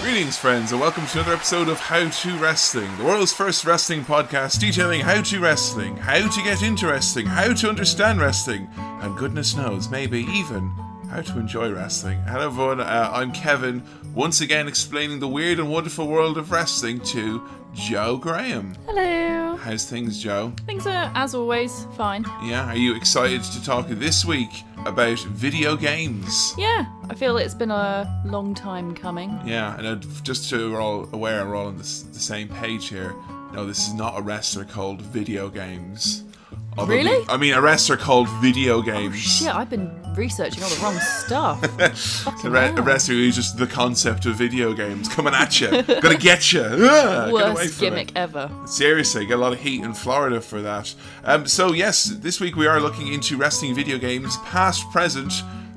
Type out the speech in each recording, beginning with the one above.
Greetings, friends, and welcome to another episode of How to Wrestling, the world's first wrestling podcast detailing how to wrestling, how to get into wrestling, how to understand wrestling, and goodness knows, maybe even how to enjoy wrestling. Hello, everyone, uh, I'm Kevin, once again explaining the weird and wonderful world of wrestling to Joe Graham. Hello. How's things, Joe? Things are, as always, fine. Yeah, are you excited to talk this week about video games? Yeah, I feel it's been a long time coming. Yeah, and I'd- just so we're all aware, we're all on this, the same page here. No, this is not a wrestler called video games. Although Really? Oh, the- I mean, a wrestler called video games. Shit, I've been researching all the wrong stuff. A, re- a wrestler who's just the concept of video games coming at you, gonna get you. Ah, get away Worst from gimmick it. ever. Seriously, get a lot of heat in Florida for that. Um, so yes, this week we are looking into wrestling video games, past, present,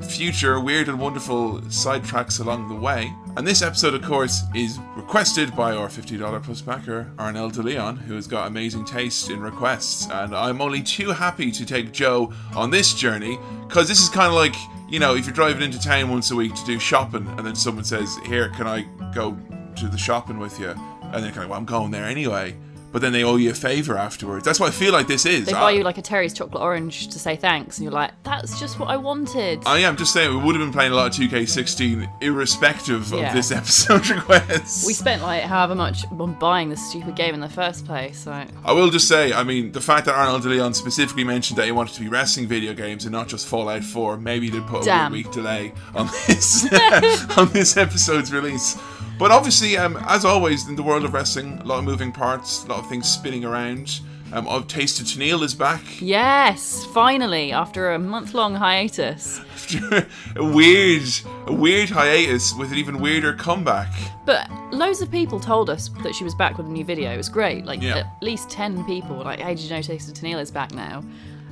future, weird and wonderful sidetracks along the way. And this episode, of course, is requested by our $50 plus backer, Arnel de Leon, who has got amazing taste in requests. And I'm only too happy to take Joe on this journey, because this is kind of like, you know, if you're driving into town once a week to do shopping, and then someone says, Here, can I go to the shopping with you? And they're kind of, Well, I'm going there anyway but then they owe you a favor afterwards. That's what I feel like this is. They I, buy you like a Terry's chocolate orange to say thanks, and you're like, that's just what I wanted. I am just saying, we would have been playing a lot of 2K16, irrespective of Yeah. this episode request. we spent like however much on buying this stupid game in the first place. Like, I will just say, I mean, the fact that Arnold de Leon specifically mentioned that he wanted to be wrestling video games and not just Fallout 4, maybe they put a Damn. week delay on this on this episode's release. But obviously, um, as always, in the world of wrestling, a lot of moving parts, a lot of things spinning around. Um, I've tasted Tennille is back. yes, finally, after a month long hiatus. after a weird, a weird hiatus with an even weirder comeback. But loads of people told us that she was back with a new video. It was great. Like Yeah. at least ten people were like, "Hey, did you know Taste of Tennille is back now?"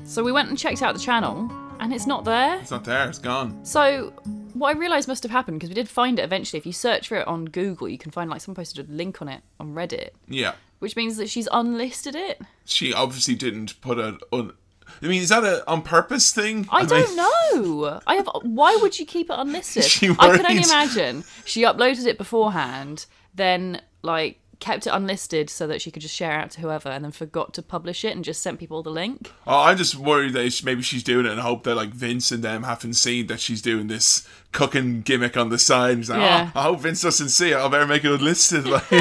So we went and checked out the channel, and it's not there. It's not there. It's gone. So what I realised must have happened because we did find it eventually. If you search for it on Google, you can find like someone posted a link on it on Reddit, Yeah, which means that she's unlisted it. she obviously didn't put a. Un- I mean, is that a on purpose thing? I mean, don't know. I have. Why would she keep it unlisted? She I can only worries. imagine she uploaded it beforehand, then like kept it unlisted so that she could just share out to whoever, and then forgot to publish it and just sent people the link. Oh, I'm just worried that she, maybe she's doing it and hope that like Vince and them haven't seen that she's doing this cooking gimmick on the side. And he's like, Yeah. "Oh, I hope Vince doesn't see it. I better make it unlisted. Like,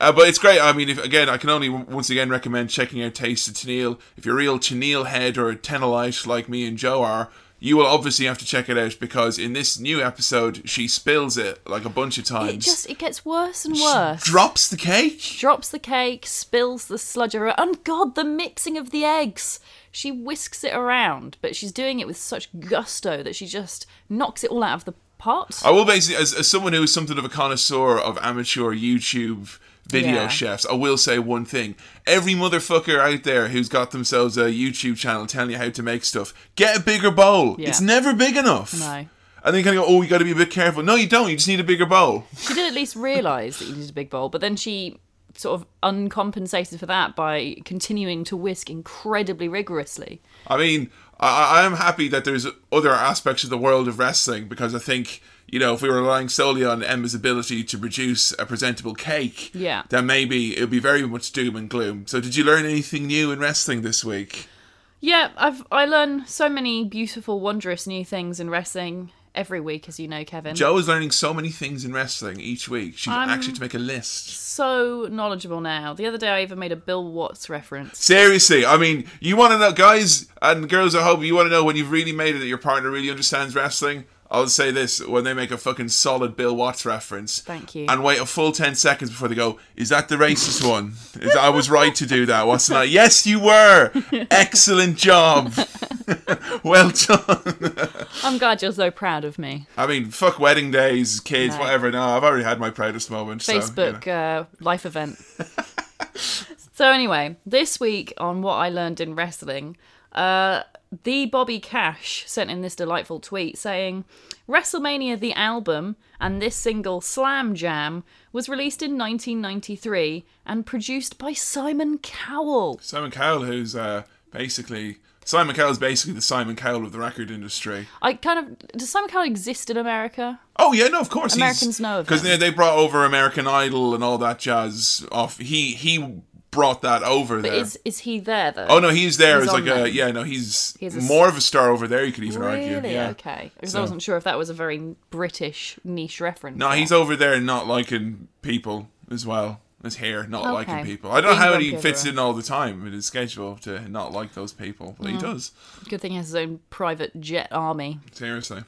uh, but it's great. I mean, if, again, I can only w- once again recommend checking out Taste of Tennille. If you're a real Tennille head or a Tennellite like me and Joe are, you will obviously have to check it out because in this new episode, she spills it like a bunch of times. It just it gets worse and worse. drops the cake. Drops the cake, spills the sludge around. And God, the mixing of the eggs. She whisks it around, but she's doing it with such gusto that she just knocks it all out of the pot. I will basically, as, as someone who is something of a connoisseur of amateur YouTube video Yeah. chefs, I will say one thing. Every motherfucker out there who's got themselves a YouTube channel telling you how to make stuff, get a bigger bowl. Yeah. It's never big enough. No. And then you kind of go, oh, you got to be a bit careful. No, you don't. You just need a bigger bowl. she did at least realise that you needed a big bowl, but then she sort of uncompensated for that by continuing to whisk incredibly rigorously. I mean, I, I am happy that there's other aspects of the world of wrestling because I think you know if we were relying solely on Emma's ability to produce a presentable cake, Yeah. then maybe it would be very much doom and gloom. So, did you learn anything new in wrestling this week? Yeah, I've I learn so many beautiful, wondrous new things in wrestling every week, as you know, Kevin. Joe is learning so many things in wrestling each week. She's actually to make a list. so knowledgeable now. The other day, I even made a Bill Watts reference. Seriously, I mean, you want to know, guys and girls at home, you want to know when you've really made it that your partner really understands wrestling? I'll say this when they make a fucking solid Bill Watts reference. Thank you. And wait a full 10 seconds before they go, Is that the racist one? Is, I was right to do that, wasn't I? Yes, you were. Excellent job. well done. I'm glad you're so proud of me. I mean, fuck wedding days, kids, No. whatever. No, I've already had my proudest moment. so, you know. Facebook uh, life event. so anyway, this week on what I learned in wrestling, uh, the Bobby Cash sent in this delightful tweet saying, "WrestleMania the album and this single Slam Jam was released in 1993 and produced by Simon Cowell." Simon Cowell, who's uh, basically Simon Cowell is basically the Simon Cowell of the record industry. I kind of does Simon Cowell exist in America? Oh yeah, no, of course. Americans know of because him. they, they brought over American Idol and all that jazz off. He he brought that over there. Is is he there though? oh no, he's there. he's It's like on a there. yeah, no, he's, He's a s- more of a star over there. You could even argue. really? Yeah. Okay, because So- I wasn't sure if that was a very British niche reference. No, he's over there not liking people as well. As here, not liking Okay. people. I don't know Being how grumpy he fits everywhere. in all the time in his schedule to not like those people, but he Mm-hmm. does. Good thing he has his own private jet army. Seriously.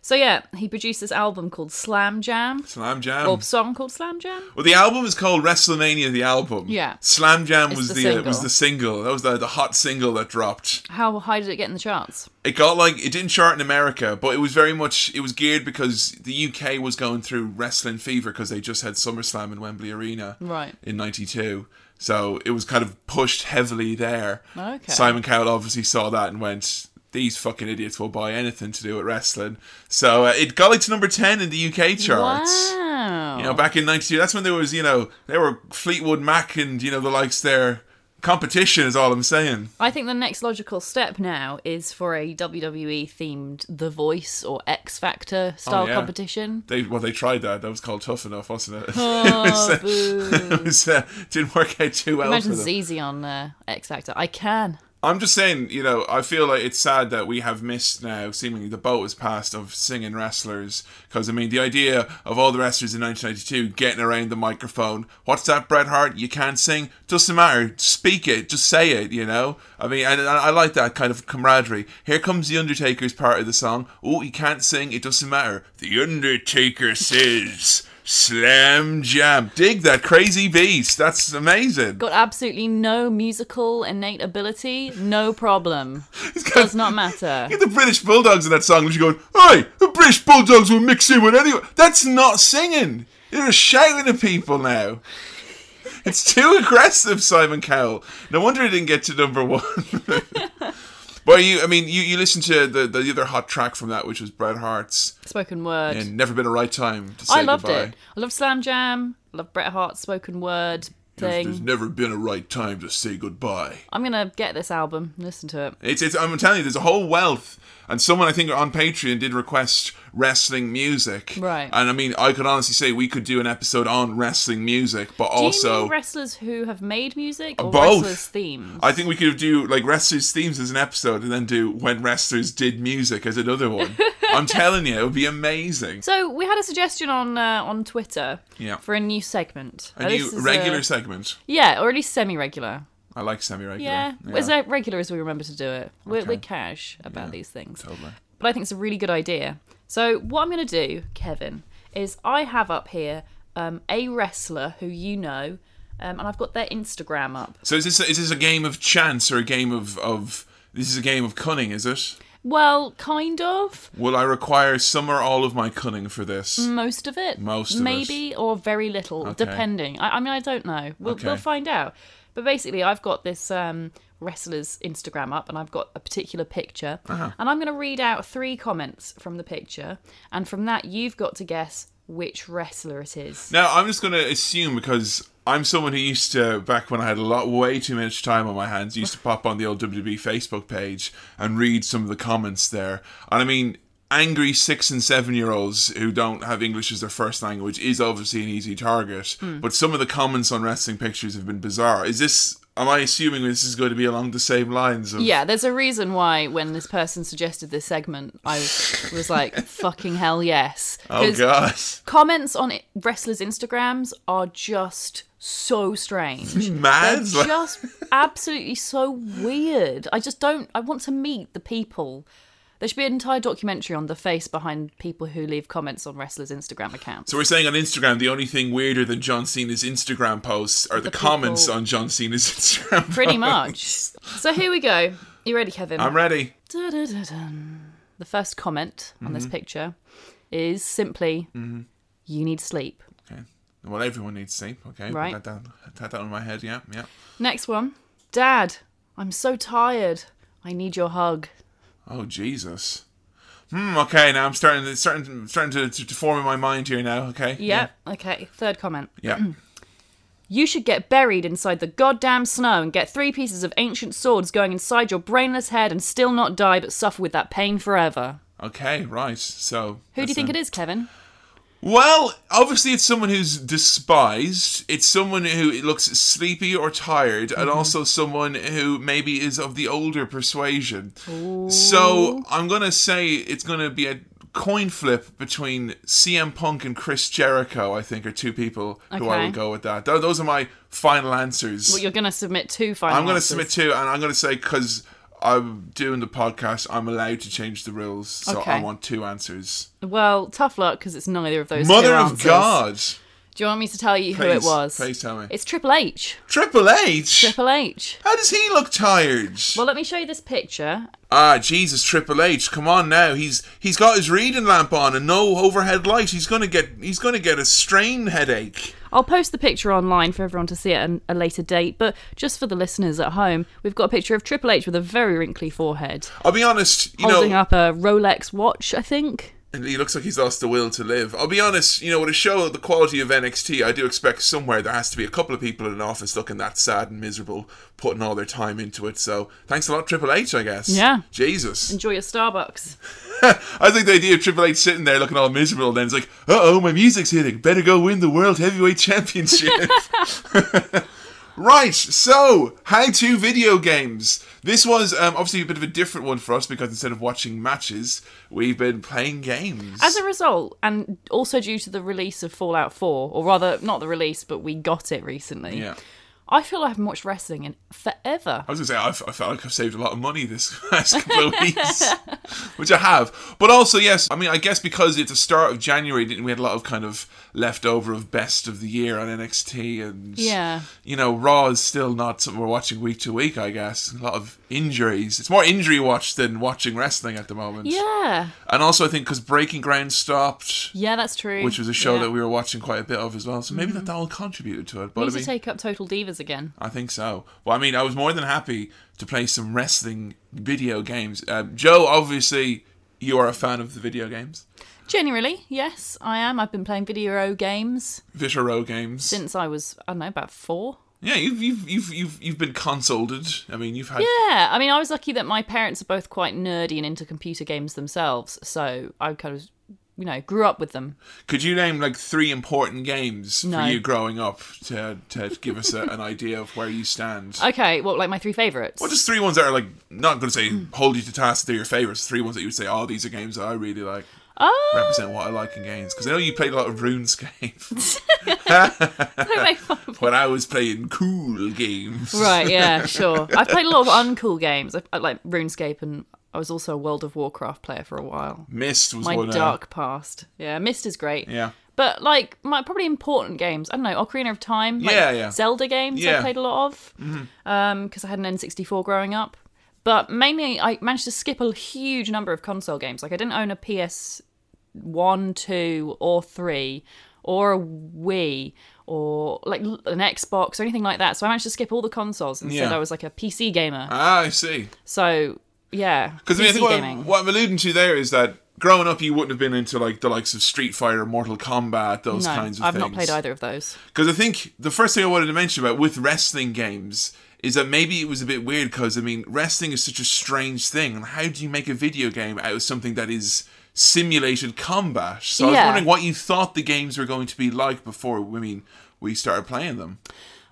So yeah, he produced this album called Slam Jam, Slam Jam. or song called Slam Jam. Well, the album is called WrestleMania. The album, Yeah. Slam Jam It's was the the, uh, single. was the single. That was the, the hot single that dropped. How high did it get in the charts? It got like it didn't chart in America, but it was very much it was geared because the UK was going through wrestling fever because they just had SummerSlam in Wembley Arena Right. in '92. So it was kind of pushed heavily there. Okay. Simon Cowell obviously saw that and went, "These fucking idiots will buy anything to do with wrestling." So uh, it got like to number ten in the UK charts. Wow. You know, back in '92, that's when there was, you know, there were Fleetwood Mac and you know the likes there. Competition is all I'm saying. I think the next logical step now is for a WWE themed The Voice or X Factor style Oh, yeah. competition. They well, they tried that. That was called Tough Enough, wasn't it? Oh, boo. it was, uh, didn't work out too well Imagine for them. ZZ on uh, X Factor. I can. I'm just saying, you know, I feel like it's sad that we have missed now. Seemingly, the boat has passed of singing wrestlers. Because I mean, the idea of all the wrestlers in 1992 getting around the microphone. What's that, Bret Hart? You can't sing. Doesn't matter. Speak it. Just say it. You know. I mean, and, and I like that kind of camaraderie. Here comes the Undertaker's part of the song. Oh, he can't sing. It doesn't matter. The Undertaker says. Slam jam. Dig that crazy beast. That's amazing. Got absolutely no musical innate ability. No problem. Does not matter. Get the British Bulldogs in that song, which you're going, hey, the British Bulldogs will mix in with anyone. That's not singing. You're just shouting at people now. It's too aggressive, Simon Cowell. No wonder it didn't get to number one. but you, I mean, you, you listened to the, the other hot track from that, which was Bret Hart's Spoken word. and Never Been a Right Time to Say I loved Goodbye. it. I loved Slam Jam. I loved Bret Hart's spoken word There's, there's thing. never been a right time to say goodbye. I'm gonna get this album. and Listen to it. It's, it's I'm telling you, there's a whole wealth. And someone I think on Patreon did request wrestling music. Right. And I mean, I could honestly say we could do an episode on wrestling music, but Do you also mean wrestlers who have made music or Both. wrestlers themes? I think we could do like wrestlers themes as an episode, and then do when wrestlers did music as another one. I'm telling you, it would be amazing. So we had a suggestion on uh, on Twitter Yeah. for a new segment. A Now, new this is regular segment. yeah, or at least semi-regular. I like semi-regular. Yeah, as uh, regular as we remember to do it. We're, we're cash about these things. Totally. But I think it's a really good idea. So what I'm going to do, Kevin, is I have up here um, a wrestler who you know, um, and I've got their Instagram up. So is this is this a game of chance or a game of of this is a game of cunning? Is it? Well, kind of. Will I require some or all of my cunning for this? Most of it. Most of it. Maybe or very little, depending. I, I mean, I don't know. We'll, we'll Okay. find out. But basically, I've got this um, wrestler's Instagram up and I've got a particular picture. Uh-huh. And I'm going to read out three comments from the picture. And from that, you've got to guess which wrestler it is. Now I'm just gonna assume because I'm someone who used to back when I had a lot way too much time on my hands used to pop on the old WWE Facebook page and read some of the comments there, and I mean. Angry six and seven year olds who don't have English as their first language is obviously an easy target, but some of the comments on wrestling pictures have been bizarre. Is this, am I assuming this is going to be along the same lines of Yeah, there's a reason why when this person suggested this segment, I was like, fucking hell yes. oh 'Cause god, Comments on it- wrestlers' Instagrams are just so strange. mad? They're Like- just absolutely so weird. I just don't. I want to meet the people. There should be an entire documentary on the face behind people who leave comments on wrestlers' Instagram accounts. So we're saying on Instagram, the only thing weirder than John Cena's Instagram posts are the, comments people- on John Cena's Instagram. Pretty posts. much. So here we go. You ready, Kevin? I'm ready. Dun-dun-dun-dun. The first comment on Mm-hmm. this picture is simply, "You need sleep." Okay. Well, everyone needs sleep. Okay. Right. Put that down. Tat that on my head. Yeah. Yeah. Next one, Dad. I'm so tired. I need your hug. Oh Jesus. Hmm. Okay. Now I'm starting. To, starting. To, starting to, to, to form in my mind here now. Okay. Yep. Okay. Third comment. Yeah. yeah. You should get buried inside the goddamn snow and get three pieces of ancient swords going inside your brainless head and still not die but suffer with that pain forever. Okay, right. So Who do you think it is, Kevin? Well, obviously, it's someone who's despised. It's someone who looks sleepy or tired, and Mm-hmm. also someone who maybe is of the older persuasion. So I'm going to say it's going to be a coin flip between CM Punk and Chris Jericho, I think, are two people who I Okay. will go with that. Tho- Those are my final answers. Well, you're going to submit two final I'm going to answers. submit two, and I'm going to say because I'm doing the podcast, I'm allowed to change the rules. So I Okay. want two answers. Well, tough luck because it's neither of those. Mother two of answers. God. Do you want me to tell you who Please, it was? Please tell me. It's Triple H. Triple H. Triple H. How does he look tired? Well, let me show you this picture. ah, Jesus, Triple H, come on now. He's he's got his reading lamp on and no overhead light. He's gonna get he's gonna get a strain headache. I'll post the picture online for everyone to see at an, a later date, but just for the listeners at home, we've got a picture of Triple H with a very wrinkly forehead, I'll be honest, you holding know, up a Rolex watch, I think. he looks like he's lost the will to live. I'll be honest, you know, with a show of the quality of NXT, I do expect somewhere there has to be a couple of people in an office looking that sad and miserable, putting all their time into it. So thanks a lot, Triple H, I guess. Yeah. Jesus. Enjoy your Starbucks. I think the idea of Triple H sitting there looking all miserable, then it's like, uh oh, my music's hitting. Better go win the World Heavyweight Championship. right, so how to video games. This was um, obviously a bit of a different one for us because instead of watching matches, we've been playing games. As a result, and also due to the release of Fallout 4, or rather, not the release, but we got it recently, yeah. I feel I haven't watched wrestling in forever. I was going to say, I've, I felt like I've saved a lot of money this last couple of weeks, which I have. But also, yes, I mean, I guess because it's the start of January, didn't we had a lot of kind of leftover of best of the year on NXT and Yeah. you know, Raw is still not something we're watching week to week. I guess a lot of injuries. It's more injury watch than watching wrestling at the moment. Yeah. And also, I think because Breaking Ground stopped, Yeah, that's true. which was a show Yeah. Mm-hmm. that we were watching quite a bit of as well, so maybe that that all contributed to it. But I need mean, to take up Total Divas again. I think so. Well, I mean, I was more than happy to play some wrestling video games. Um, Joe, obviously, you are a fan of the video games, Generally, yes, I am. I've been playing video games Vita Row games. since I was, I don't know, about four. yeah, you've you've you've you've you've been consulted. I mean, you've had Yeah, I mean, I was lucky that my parents are both quite nerdy and into computer games themselves, so I kind of, you know, grew up with them. Could you name like three important games No. for you growing up to to give us a, an idea of where you stand? Okay, well, like my three favourites. Well, just three ones that are like not going to say hold you to task. They're your favorites. Three ones that you would say, oh, these are games that I really like. Oh, Represent what I like in games because I know you played a lot of RuneScape don't make fun of- when I was playing cool games. Right, yeah, sure. I've played a lot of uncool games, I, I like RuneScape, and I was also a World of Warcraft player for a while. Mist was My one. uh, dark past. Yeah, Mist is great. yeah, But like my probably important games, I don't know, Ocarina of Time, like Yeah, yeah. Zelda games Yeah. Mm-hmm. I played a lot of, because I had an N64 growing up. But mainly, I managed to skip a huge number of console games. Like I didn't own a PS one, two, or three, or a Wii, or like l- an Xbox or anything like that. So I managed to skip all the consoles and said Yeah. I was like a PC gamer. ah, I see. So yeah, Because I, mean, I PC think what gaming. I'm, what I'm alluding to there is that growing up, you wouldn't have been into like the likes of Street Fighter, Mortal Kombat, those no, kinds of I've things. not played either of those. Because I think the first thing I wanted to mention about with wrestling games is that maybe it was a bit weird because I mean wrestling is such a strange thing, and how do you make a video game out of something that is simulated combat? So I was Yeah. wondering what you thought the games were going to be like before. I mean, we started playing them.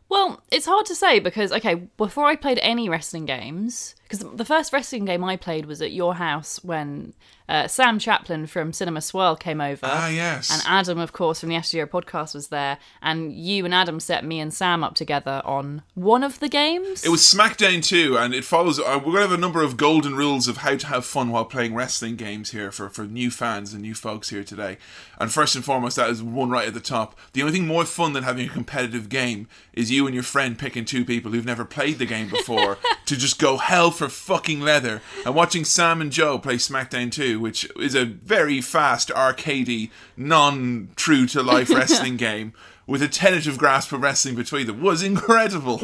Well, it's hard to say because okay, before I played any wrestling games, because the first wrestling game I played was at your house when uh, Sam Chaplin from Cinema Swirl came over, Ah, yes. and Adam, of course, from the Astro podcast was there, and you and Adam set me and Sam up together on one of the games. it was SmackDown 2, and it follows. Uh, we're going to have a number of golden rules of how to have fun while playing wrestling games here for, for new fans and new folks here today. And first and foremost, that is one right at the top. The only thing more fun than having a competitive game is you and your friend picking two people who've never played the game before to just go hell for fucking leather. And watching Sam and Joe play SmackDown 2, which is a very fast, arcadey, non true to life wrestling game. With a tentative grasp of wrestling between them was incredible.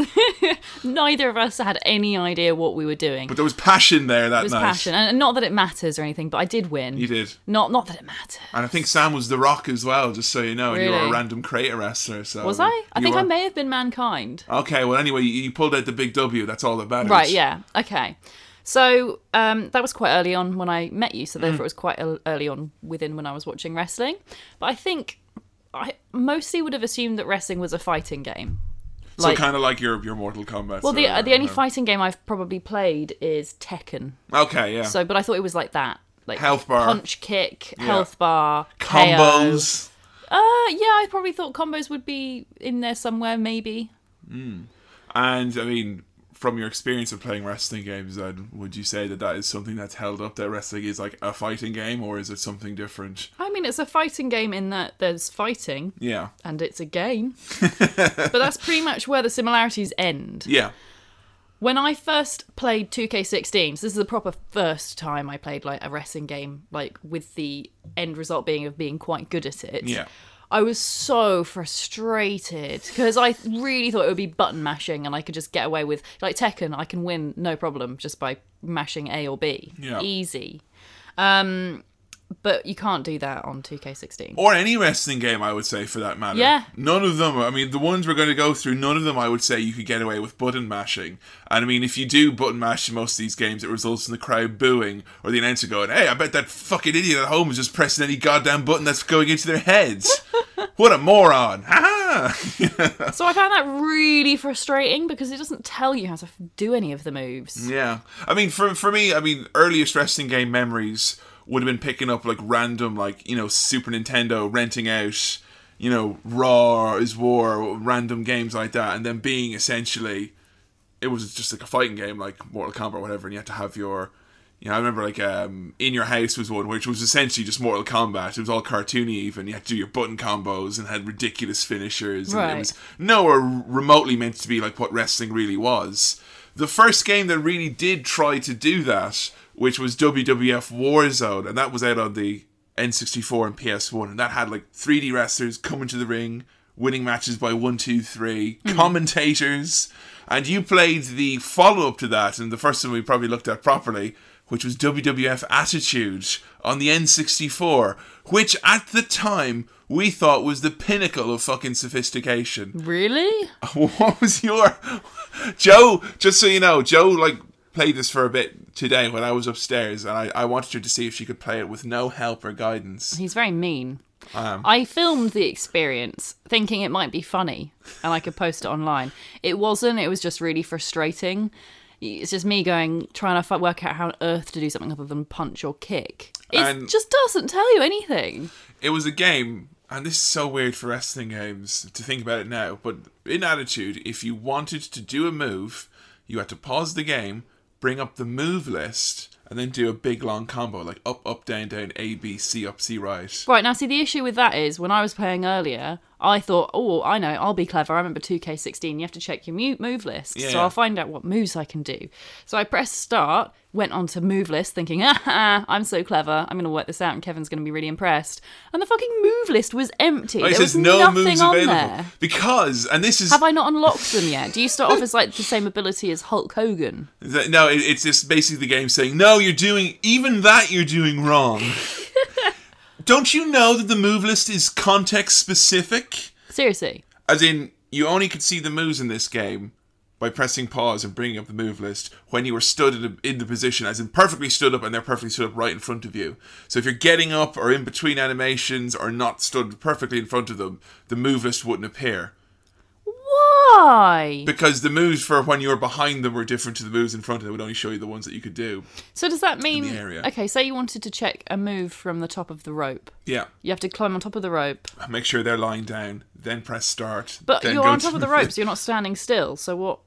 Neither of us had any idea what we were doing. But there was passion there that it was night. passion, and not that it matters or anything, but I did win. You did. Not not that it matters. And I think Sam was The Rock as well, just so you know. And you were a Really? random crater wrestler. So Was I? I you think I were. may have been mankind. Okay, well, anyway, you you pulled out the big W. That's all that matters. Right, yeah. Okay. So um, that was quite early on when I met you, so Mm. therefore it was quite ear- early on within when I was watching wrestling. But I think I mostly would have assumed that wrestling was a fighting game. So kind of like your your Mortal Kombat. well, the uh, the only fighting game I've probably played is Tekken. Okay, yeah. So, but I thought it was like that, like Mm. Health bar. punch kick, health bar, KO. Combos. Uh, yeah, I probably thought combos would be in there somewhere, maybe. And I mean, from your experience of playing wrestling games, then would you say that that is something that's held up? That wrestling is like a fighting game, or is it something different? I mean, it's a fighting game in that there's fighting Yeah, and it's a game, but that's pretty much where the similarities end. yeah, When I first played 2K16, so this is the proper first time I played like a wrestling game, like with the end result being of being quite good at it. yeah. I was so frustrated because I really thought it would be button mashing and I could just get away with like Tekken. I can win no problem just by mashing A or B, Yeah. easy. Um, but you can't do that on 2K16. Or any wrestling game, I would say, for that matter. Yeah. None of them. I mean, the ones we're going to go through, none of them, I would say, you could get away with button mashing. And I mean, if you do button mash in most of these games, it results in the crowd booing or the announcer going, "Hey, I bet that fucking idiot at home is just pressing any goddamn button that's going into their heads." what a moron! Ha ha! So I found that really frustrating because it doesn't tell you how to f- do any of the moves. Yeah, I mean, for for me, I mean, earliest wrestling game memories would have been picking up like random, like you know, Super Nintendo, renting out, you know, Raw is War, random games like that, and then being essentially, it was just like a fighting game, like Mortal Kombat or whatever, and you had to have your. You know, I remember like um, in your house was one which was essentially just Mortal Kombat. It was all cartoony, even you had to do your button combos and had ridiculous finishers. And it Right. was nowhere remotely meant to be like what wrestling really was. The first game that really did try to do that, which was WWF Warzone, and that was out on the N64 and PS1, and that had like 3D wrestlers coming to the ring, winning matches by one, two, three, commentators. And you played the follow up to that, and the first one we probably looked at properly, which was WWF Attitude on the N64, which at the time we thought was the pinnacle of fucking sophistication Really? what was your Joe? Just so you know, Joe like played this for a bit today when I was upstairs, and I, I wanted her to see if she could play it with no help or guidance. He's very mean. I filmed the experience thinking it might be funny and I could post it online. It wasn't, it was just really frustrating. It's just me going, trying to fi- work out how on earth to do something other than punch or kick. It And- just doesn't tell you anything. It was a game, and this is so weird for wrestling games to think about it now. But in Attitude, if you wanted to do a move, you had to pause the game, bring up the move list, and then do a big long combo like up, up, down, down, A, B, C, up, C, right. Right, now see, the issue with that is when I was playing earlier, I thought, oh, I know, I'll be clever. I remember 2K16, you have to check your mu- move list. Yeah, so yeah. I'll find out what moves I can do. So I pressed start, went on to move list, thinking, ah, ha, I'm so clever. I'm going to work this out, and Kevin's going to be really impressed. And the fucking move list was empty. Oh, It there was says no nothing moves on available there. because, and this is Have I not unlocked them yet? Do you start off as like the same ability as Hulk Hogan? Th- No, it, it's just basically the game saying, no, you're doing, even that you're doing wrong. Don't you know that the move list is context specific? Seriously. As in, you only could see the moves in this game by pressing pause and bringing up the move list when you were stood in the, in the position, as in perfectly stood up and they're perfectly stood up right in front of you. So if you're getting up or in between animations or not stood perfectly in front of them, the move list wouldn't appear. Why? Because the moves for when you were behind them were different to the moves in front of them, it would only show you the ones that you could do. So does that mean. the area. Okay, say you wanted to check a move from the top of the rope. Yeah. You have to climb on top of the rope. make sure they're lying down, then press start. But then you're go on to- top of the ropes. You're not standing still. So what?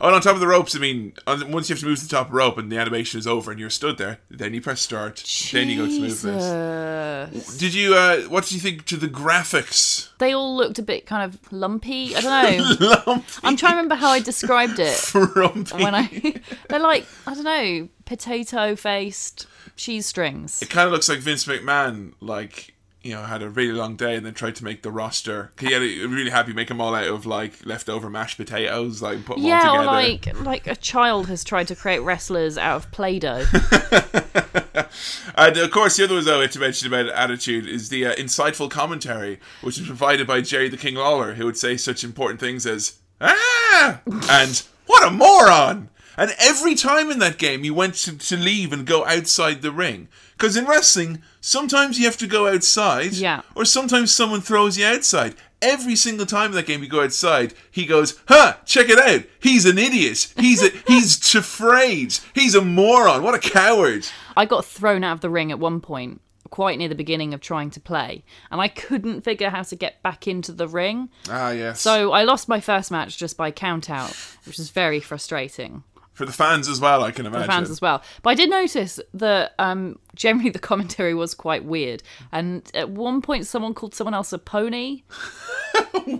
Oh, and on top of the ropes, I mean, on- once you have to move to the top rope and the animation is over and you're stood there, then you press start, then you go to move list. Jesus. Did you, uh, what did you think to the graphics? They all looked a bit kind of lumpy. I don't know. I'm trying to remember how I described it Frumpy. when I. They're like I don't know, potato faced cheese strings. It kind of looks like Vince McMahon, like you know, had a really long day and then tried to make the roster. He had a really happy make them all out of like leftover mashed potatoes, like put them Yeah, all or together. like like a child has tried to create wrestlers out of Play-Doh. And of course, the other one though to mention about attitude is the uh, insightful commentary, which is provided by Jerry the King Lawler, who would say such important things as "ah" and "what a moron." And every time in that game, you went to, to leave and go outside the ring. Because in wrestling, sometimes you have to go outside, Yeah. or sometimes someone throws you outside. Every single time in that game you go outside, he goes, "Huh? Check it out! He's an idiot. He's a, he's afraid. He's a moron. What a coward!" I got thrown out of the ring at one point, quite near the beginning of trying to play, and I couldn't figure how to get back into the ring. Ah, yes. So I lost my first match just by count out, which is very frustrating. for the fans as well, I can imagine. fans as well. But I did notice that um, generally the commentary was quite weird. And at one point, someone called someone else a pony.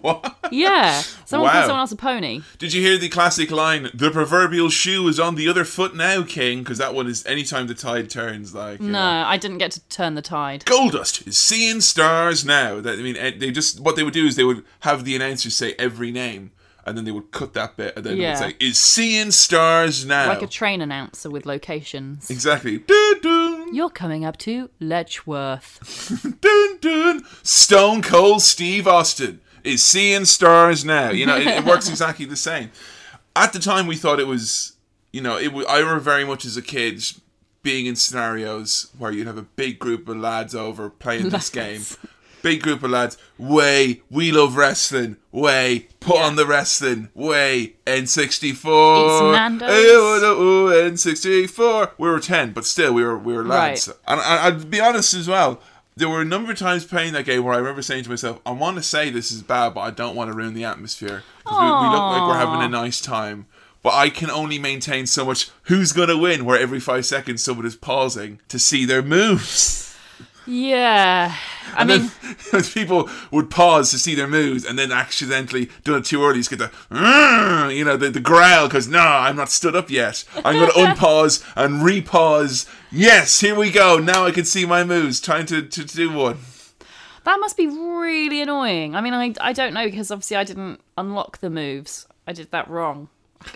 what? Yeah, someone Wow. called someone else a pony. Did you hear the classic line, "The proverbial shoe is on the other foot now, King"? Because that one is anytime the tide turns, like you No, know. I didn't get to turn the tide. Goldust is seeing stars now. That I mean, eh, they just what they would do is they would have the announcers say every name, and then they would cut that bit, and then Yeah. they would say, "Is seeing stars now." Like a train announcer with locations. exactly. Dun dun You're coming up to Letchworth. dun dun. Stone Cold Steve Austin is seeing stars now. You know, it, it works exactly the same. At the time, we thought it was, you know, it. wa- I remember very much as a kid being in scenarios where you'd have a big group of lads over playing this Lads. game. Big group of lads. Way we love wrestling. Way put on the wrestling. Way N64. It's Nando's. Ew, ooh, N64. We were 10, but still, we were we were lads. Right. And I, I'll be honest as well. There were a number of times playing that game where I remember saying to myself, "I want to say this is bad, but I don't want to ruin the atmosphere 'cause we, we look like we're having a nice time." But I can only maintain so much. Who's gonna win? Where every five seconds someone is pausing to see their moves. Yeah. I mean, People would pause to see their moves and then accidentally do it too early. Just get the, "Mm," you know, the, the growl because no, I'm not stood up yet. I'm going to unpause and repause. Yes, here we go. Now I can see my moves. Time to, to, to do one. that must be really annoying. I mean, I, I don't know because obviously I didn't unlock the moves. I did that wrong.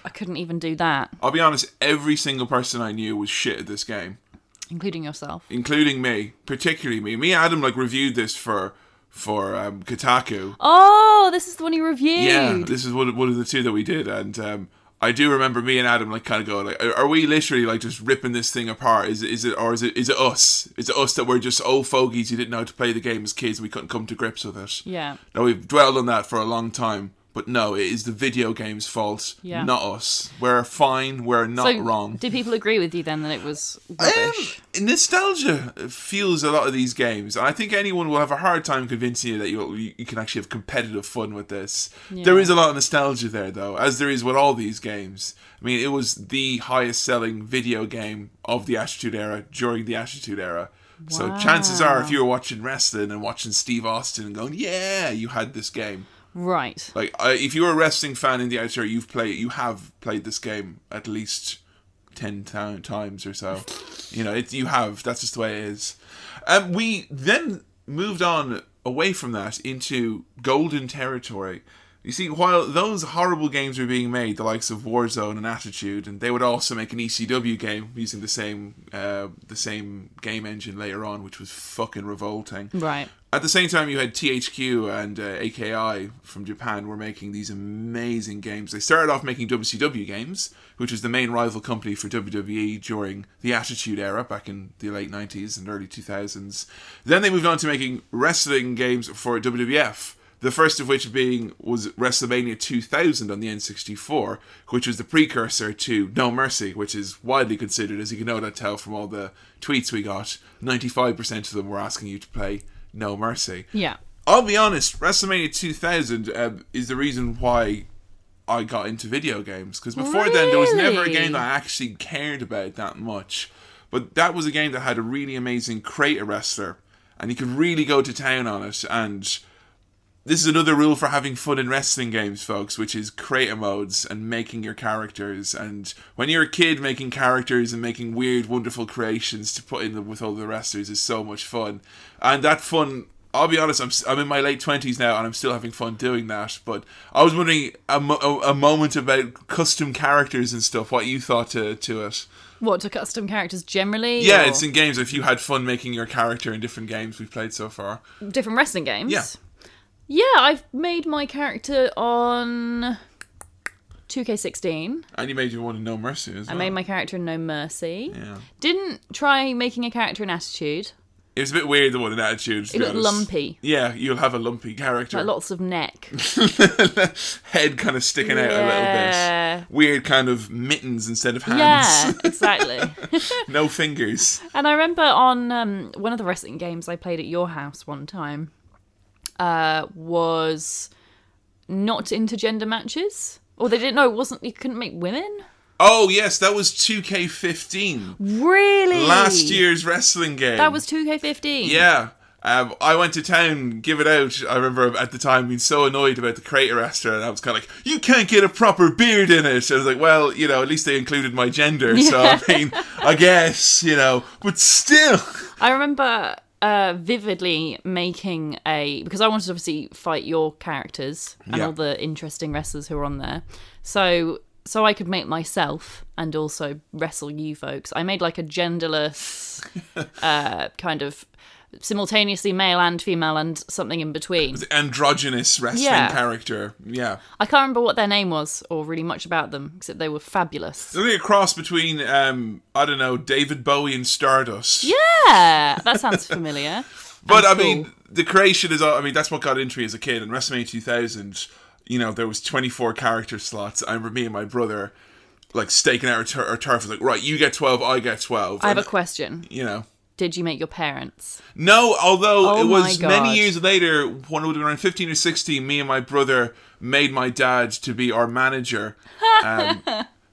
I couldn't even do that, I'll be honest. Every single person I knew was shit at this game, including yourself. including me, particularly me. Me, and Adam, like reviewed this for for um, Kotaku. Oh, this is the one he reviewed. Yeah, this is one of, one of the two that we did, and um, I do remember me and Adam like kind of going like, are are we literally like just ripping this thing apart? Is it, is it or is it is it us? Is it us that we're just old fogies who didn't know how to play the game as kids? and We couldn't come to grips with it. Yeah. Now we've dwelled on that for a long time, but no, it is the video game's fault, Yeah. not us. We're fine. We're not So, wrong. Do people agree with you then that it was rubbish? Um, nostalgia fuels a lot of these games, and I think anyone will have a hard time convincing you that you you you can actually have competitive fun with this. There is a lot of nostalgia there, though, as there is with all these games. I mean, it was the highest selling video game of the Attitude Era during the Attitude Era. So chances are, if you were watching wrestling and watching Steve Austin and going, "Yeah, you had this game." right. Like, I, if you're a wrestling fan in the Attitude Era, you've played, you have played this game at least ten ti- times or so. You know, it, you have. That's just the way it is. Um, we then moved on away from that into golden territory. You see, while those horrible games were being made, the likes of Warzone and Attitude, and they would also make an ECW game using the same uh, the same game engine later on, which was fucking revolting. Right. At the same time, you had THQ and uh, AKI from Japan were making these amazing games. They started off making WCW games, which was the main rival company for WWE during the Attitude Era back in the late 90s and early 2000s. Then they moved on to making wrestling games for WWF. The first of which being was WrestleMania 2000 on the N64, which was the precursor to No Mercy, which is widely considered, as you can no doubt tell from all the tweets we got, 95% of them were asking you to play No Mercy. Yeah. I'll be honest, WrestleMania 2000 um, is the reason why I got into video games. Because before then, there was never a game Really? that I actually cared about that much. But that was a game that had a really amazing creator wrestler, and you could really go to town on it. And this is another rule for having fun in wrestling games, folks, which is creator modes and making your characters. And when you're a kid, making characters and making weird, wonderful creations to put in them with all the wrestlers is so much fun. And that fun I'll be honest, I'm, s- I'm in my late 20s now and I'm still having fun doing that. But I was wondering a, mo- a- a moment about custom characters and stuff, what you thought to, to it. What to custom characters generally? Yeah, or it's in games. If you had fun making your character in different games we've played so far, different wrestling games. Yeah. Yeah, I've made my character on 2K16. and you made your one in No Mercy as well. I made my character in No Mercy. Oh. yeah. Didn't try making a character in Attitude. It was a bit weird the one in Attitude. to be It looked honest. lumpy. Yeah, you'll have a lumpy character. Like lots of neck. Head kind of sticking out a Yeah. little bit. Weird kind of mittens instead of hands. Yeah, exactly. no fingers. and I remember on um, one of the wrestling games I played at your house one time uh, was not intergender matches. Or they didn't know it wasn't, you couldn't make women? Oh yes, that was 2K15. Really? Last year's wrestling game. That was 2K15. Yeah. Um, I went to town, give it out. I remember at the time being so annoyed about the creator Esther, and I was kind of like, "You can't get a proper beard in it." I was like, "Well, you know, at least they included my gender, so I mean, I guess, you know, but still." I remember uh, vividly making a because I wanted to obviously fight your characters and Yeah. all the interesting wrestlers who were on there. So so I could make myself and also wrestle you folks. I made like a genderless uh, kind of simultaneously male and female and something in between. Androgynous wrestling Yeah. character, yeah. I can't remember what their name was or really much about them except they were fabulous. Something a cross between, um, I don't know, David Bowie and Stardust. Yeah, that sounds familiar. But I And mean, cool. the creation is. I mean, that's what got into me as a kid. In WrestleMania 2000, you know, there was 24 character slots. I remember me and my brother, like staking out our, tur- our turf. Was like, right, you get 12, I get 12. I have a And, question. you know, Did you make your parents? no. Although Oh it was my many God. years later, when it would have been around 15 or 16, me and my brother made my dad to be our manager. Um,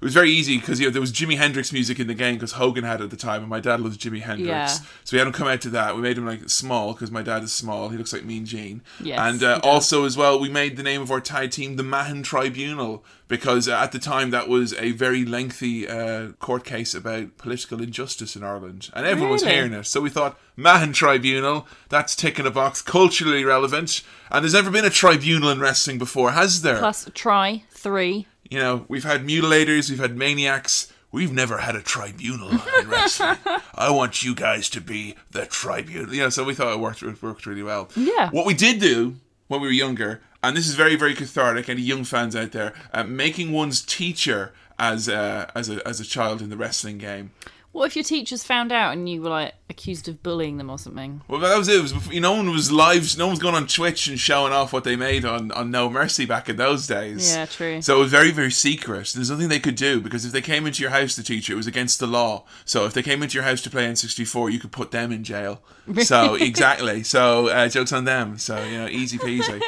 It was very easy because you know, there was Jimi Hendrix music in the game because Hogan had it at the time, and my dad loves Jimi Hendrix. Yeah. So we had him come out to that. We made him like small because my dad is small. He looks like Mean Gene. Yes, and he uh, does. also as well, we made the name of our tag team the Mahan Tribunal because uh, at the time that was a very lengthy uh, court case about political injustice in Ireland, and everyone was Really? hearing it. So we thought Mahan Tribunal. That's ticking a box, culturally relevant. And there's never been a tribunal in wrestling before, has there? Plus try three. You know, we've had mutilators, we've had maniacs. We've never had a tribunal in wrestling. I want you guys to be the tribunal. You know, so we thought it worked it worked really well. Yeah. What we did do when we were younger, and this is very very cathartic. Any young fans out there, uh, making one's teacher as a, as a as a child in the wrestling game. What if your teachers found out and you were like accused of bullying them or something? Well, that was it. it was before, you know, no one was live. No one was going on Twitch and showing off what they made on, on No Mercy back in those days. Yeah, true. So it was very, very secret. There's nothing they could do because if they came into your house to teach, it was against the law. So if they came into your house to play N64, you could put them in jail. So exactly. So uh, jokes on them. So you know, easy peasy.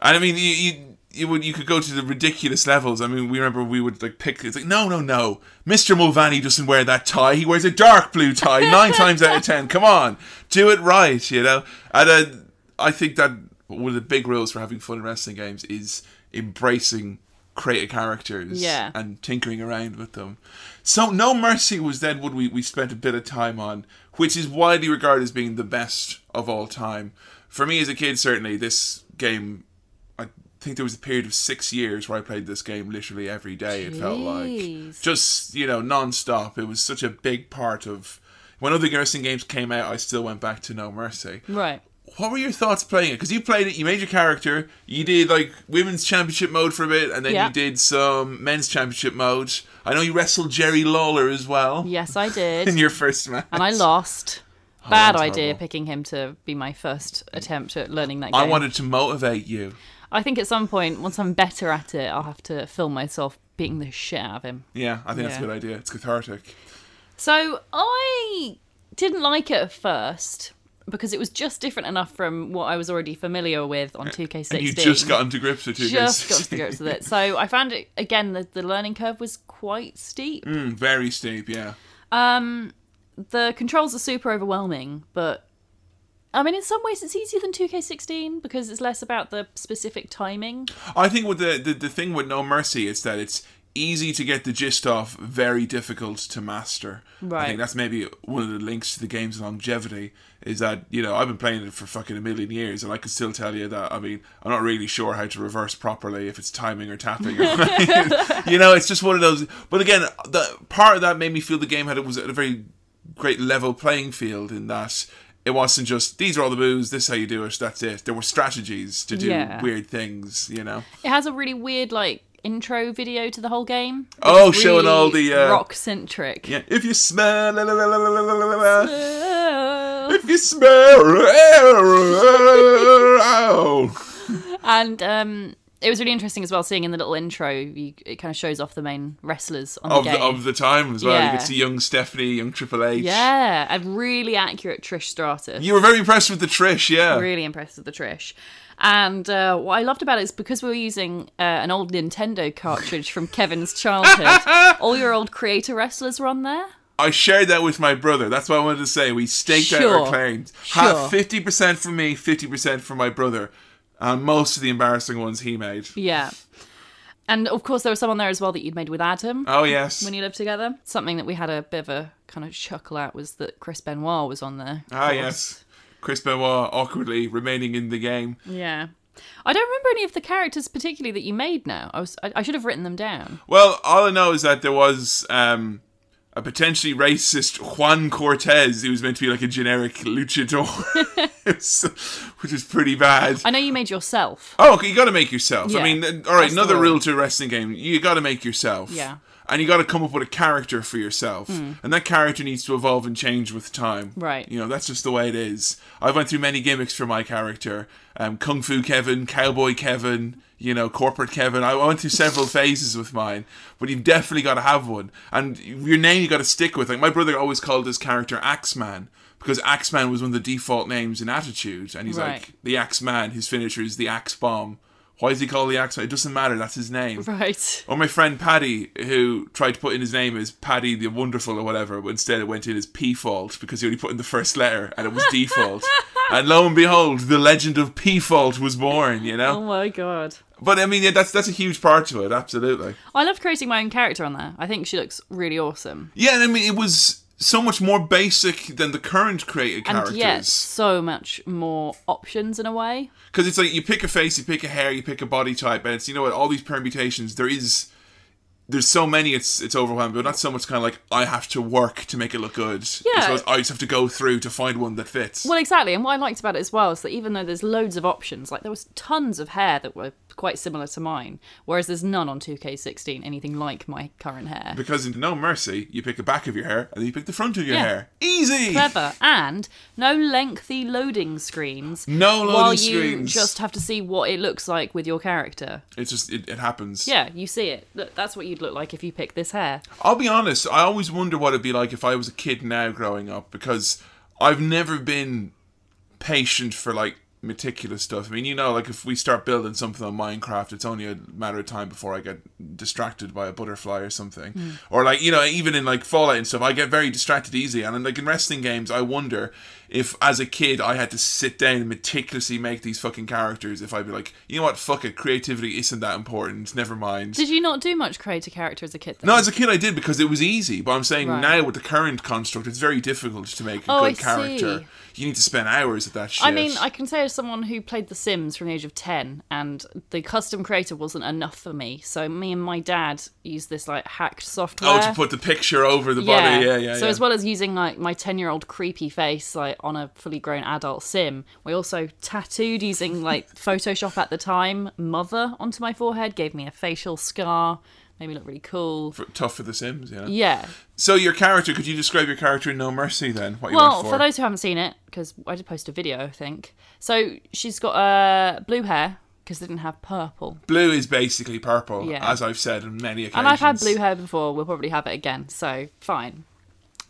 And I mean, you, you you would you could go to the ridiculous levels. I mean, we remember we would like pick. It's like no, no, no. Mister Mulvaney doesn't wear that tie. He wears a dark blue tie nine times out of ten. Come on, do it right. You know. And uh, I think that one of the big rules for having fun in wrestling games is embracing creative characters Yeah. and tinkering around with them. So No Mercy was then what we, we spent a bit of time on, which is widely regarded as being the best of all time. For me as a kid, certainly, this game I think there was a period of six years where I played this game literally every day. It felt like Jeez. just you know non-stop. It was such a big part of when other wrestling games came out. I still went back to No Mercy. Right. What were your thoughts playing it? Because you played it, you made your character, you did like women's championship mode for a bit, and then Yeah. you did some men's championship mode. I know you wrestled Jerry Lawler as well Yes, I did. in and your first match. I lost. Bad that's idea horrible. picking him to be my first attempt at learning that game. I wanted to motivate you. I think at some point, once I'm better at it, I'll have to film myself beating the shit out of him. Yeah, I think that's a Yeah. good idea. It's cathartic. So I didn't like it at first because it was just different enough from what I was already familiar with on 2K16. And you just got into grips with your just got to the grips with it. So I found it again. The, the learning curve was quite steep. Mm, very steep, yeah. The controls are super overwhelming, but I mean, in some ways, it's easier than 2K16 because it's less about the specific timing. I think with the, the the thing with No Mercy is that it's easy to get the gist of, very difficult to master. I Right. think that's maybe one of the links to the game's longevity is that, you know, I've been playing it for fucking a million years and I can still tell you that, I mean, I'm not really sure how to reverse properly if it's timing or tapping. Or you know, it's just one of those. But again, the part of that made me feel the game had it was at a very great level playing field in that it wasn't just these are all the moves, this is how you do it, that's it. There were strategies to do Yeah. weird things, you know. It has a really weird like intro video to the whole game. It's Oh, showing all the, uh, rock centric. Yeah, if you smell, la, la, la, la, la, la, la, la, la. Oh. if you smell. And um, it was really interesting as well seeing in the little intro, you, it kind of shows off the main wrestlers on Of the game. the, of the time as well, you Yeah. could see young Stephanie, young Triple H. yeah, a really accurate Trish Stratus. you were very impressed with the Trish, yeah. really impressed with the Trish. And uh, what I loved about it is because we were using uh, an old Nintendo cartridge from Kevin's childhood, all your old creator wrestlers were on there. I shared that with my brother. That's what I wanted to say. We staked out Sure. our claims. Sure. Have fifty percent for me, fifty percent for my brother, and most of the embarrassing ones he made. Yeah. And of course, there was someone there as well that you'd made with Adam Oh yes. when you lived together. Something that we had a bit of a kind of chuckle at was that Chris Benoit was on there. of Ah course. yes. Chris Benoit awkwardly remaining in the game. Yeah. I don't remember any of the characters particularly that you made now. I was I, I should have written them down. Well, all I know is that there was um, a potentially racist Juan Cortez who was meant to be like a generic luchador, So- which is pretty bad. I know you made yourself. Oh, okay, you got to make yourself. I Yeah, mean, uh, all right, that's the another rule. rule to a wrestling game: you got to make yourself. Yeah. Hmm. And you got to come up with a character for yourself, and that character needs to evolve and change with time. Right. You know, that's just the way it is. I went through many gimmicks for my character: um, Kung Fu Kevin, Cowboy Kevin, you know, Corporate Kevin. I went through several phases with mine, but you've definitely got to have one, and your name you got to stick with. Like my brother always called his character Axeman. Because Axeman was one of the default names in Attitude, and he's Right. like, the Axe Man. His finisher is the Axe Bomb. Why is he called the Axe Man? It doesn't matter. That's his name. Oh. Right. Or my friend Paddy, who tried to put in his name as Paddy the Wonderful or whatever, but instead it went in as P Fault because he only put in the first letter and it was default. And lo and behold, the legend of P Fault was born, you Oh know? my god. But I mean, yeah, that's that's a huge part to it, absolutely. I loved creating my own character on there. I think she looks really awesome. Yeah, and I mean, it was so much more basic than the current created characters. And yet, so much more options in a way. because it's like you pick a face, you pick a hair, you pick a body type, and it's you know what all these permutations. There is, there's so many. It's it's overwhelming, but not so much. Kind of like I have to work to make it look good. Yeah. I, suppose I just have to go through to find one that fits. Well, exactly. And what I liked about it as well is that even though there's loads of options, like there was tons of hair that were quite similar to mine, whereas there's none on 2K16 anything like my current hair. because in No Mercy, you pick the back of your hair and then you pick the front of your Yeah. hair. Easy. Clever. And no lengthy loading screens. No loading while you screens. just have to see what it looks like with your character. It's just it, it happens. Yeah, you see it. Look, that's what you'd look like if you picked this hair. I'll be honest, I always wonder what it'd be like if I was a kid now growing up because I've never been patient for like meticulous stuff. I mean, you know, like if we start building something on Minecraft, it's only a matter of time before I get distracted by a butterfly or something. Or like, you know, even in like Fallout and stuff, I get very distracted easy. And in, like in wrestling games, I wonder if as a kid I had to sit down and meticulously make these fucking characters, if I'd be like, you know what, fuck it, creativity isn't that important, never mind. Did you not do much creator character as a kid? Then? No, as a kid I did because it was easy, but I'm saying Right. now with the current construct, it's very difficult to make a Oh, I good character. see. You need to spend hours at that shit. I mean, I can say as someone who played The Sims from the age of 10, and the custom creator wasn't enough for me. So, me and my dad used this like hacked oh, software. to put the picture over the body, yeah, yeah, So, yeah. as well as using like my 10 year old creepy face like on a fully grown adult sim, we also tattooed using like Photoshop at the time, mother onto my forehead, gave me a facial scar, made me look really cool. For- tough for the Sims, you know. Yeah. So your character, could you describe your character in No Mercy then? What you Well, went for those who haven't seen it, because I did post a video, I think. So, she's got uh, blue hair because they didn't have purple. blue is basically purple, Yeah. as I've said on many occasions. And I've had blue hair before. We'll probably have it again, so fine.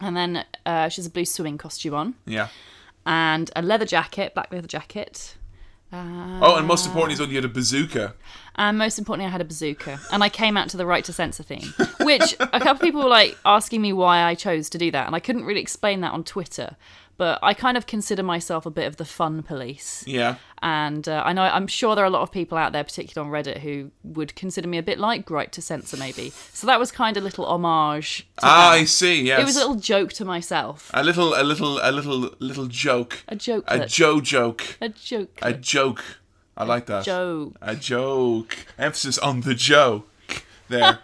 And then uh, she has a blue swimming costume on Yeah. and a leather jacket, black leather jacket. Uh, Oh, and most importantly is when you had a bazooka. and most importantly, I had a bazooka, and I came out to the right to censor theme, which a couple of people were like asking me why I chose to do that, and I couldn't really explain that on Twitter. But I kind of consider myself a bit of the fun police. Yeah. And uh, I know I'm sure there are a lot of people out there, particularly on Reddit, who would consider me a bit like Gright to censor, maybe. So that was kind of a little homage. to Ah, that. I see. Yes. It was a little joke to myself. a little, a little, a little, little joke. A joke. A Joe joke. a joke. A joke. I like that. joke. A joke. Emphasis on the joke there.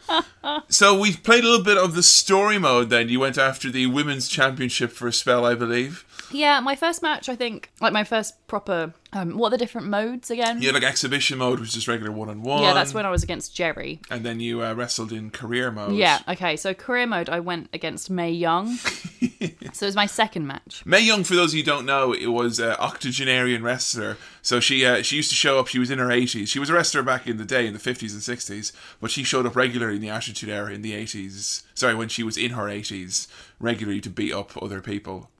so we've played a little bit of the story mode then. You went after the women's championship for a spell, I believe. Yeah, my first match, I think, like my first proper. Um, what are the different modes again? You had like exhibition mode, which is just regular one on one. Yeah, that's when I was against Jerry. And then you uh, wrestled in career mode. Yeah, okay, so career mode, I went against May Young. so it was my second match. Mae Young, for those of you who don't know, it was an octogenarian wrestler. So she uh, she used to show up. She was in her 80s. She was a wrestler back in the day, in the 50s and 60s. But she showed up regularly in the Attitude Era in the 80s. Sorry, when she was in her 80s, regularly to beat up other people,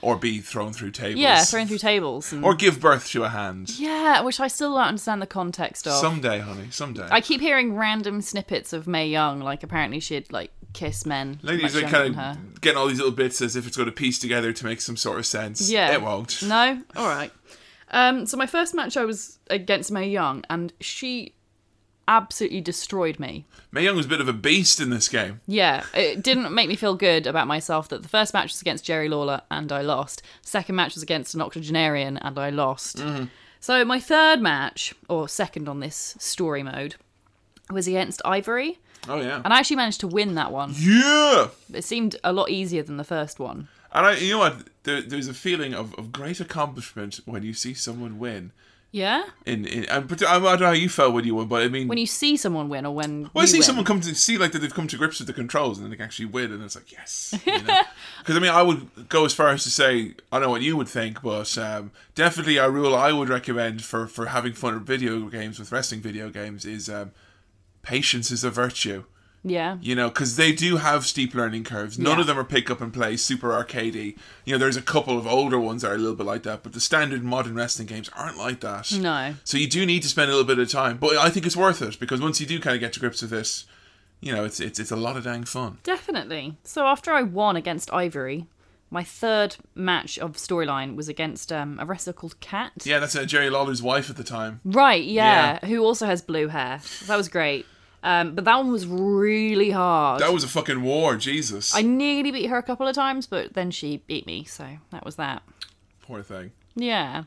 or be thrown through tables. Yeah, thrown through tables. And, or give birth to a hand. yeah, which I still don't understand the context of. Someday, honey. Someday. I keep hearing random snippets of May Young, like apparently she'd like kiss men. Ladies much are younger kind than her. of getting all these little bits as if it's going to piece together to make some sort of sense. Yeah. It won't. No? Alright. Um, so my first match I was against May Young and she absolutely destroyed me. Mae Young was a bit of a beast in this game. Yeah, it didn't make me feel good about myself that the first match was against Jerry Lawler and I lost. Second match was against an octogenarian and I lost. Mm-hmm. So my third match, or second on this story mode, was against Ivory. Oh, yeah. And I actually managed to win that one. yeah! It seemed a lot easier than the first one. And I, you know what? There, there's a feeling of, of great accomplishment when you see someone win. Yeah? In, in and but I don't know how you felt when you won, but I mean, When you see someone win or when well, I you see win. someone come to see like that they've come to grips with the controls and then they can actually win, and it's like yes. Because you know? 'Cause, I mean, I would go as far as to say I don't know what you would think, but um, definitely a rule I would recommend for for having fun with video games with wrestling video games is um, patience is a virtue. Yeah. You know, because they do have steep learning curves. None Yeah. of them are pick up and play, super arcadey. You know, there's a couple of older ones that are a little bit like that, but the standard modern wrestling games aren't like that. No. So you do need to spend a little bit of time, but I think it's worth it because once you do kind of get to grips with this, you know, it's it's it's a lot of dang fun. Definitely. So after I won against Ivory, my third match of storyline was against um, a wrestler called Cat. Yeah, that's uh, Jerry Lawler's wife at the time. Right, yeah, Who also has blue hair. That was great. Um, but that one was really hard. That was a fucking war, Jesus. I nearly beat her a couple of times, but then she beat me, so that was that. Poor thing. Yeah.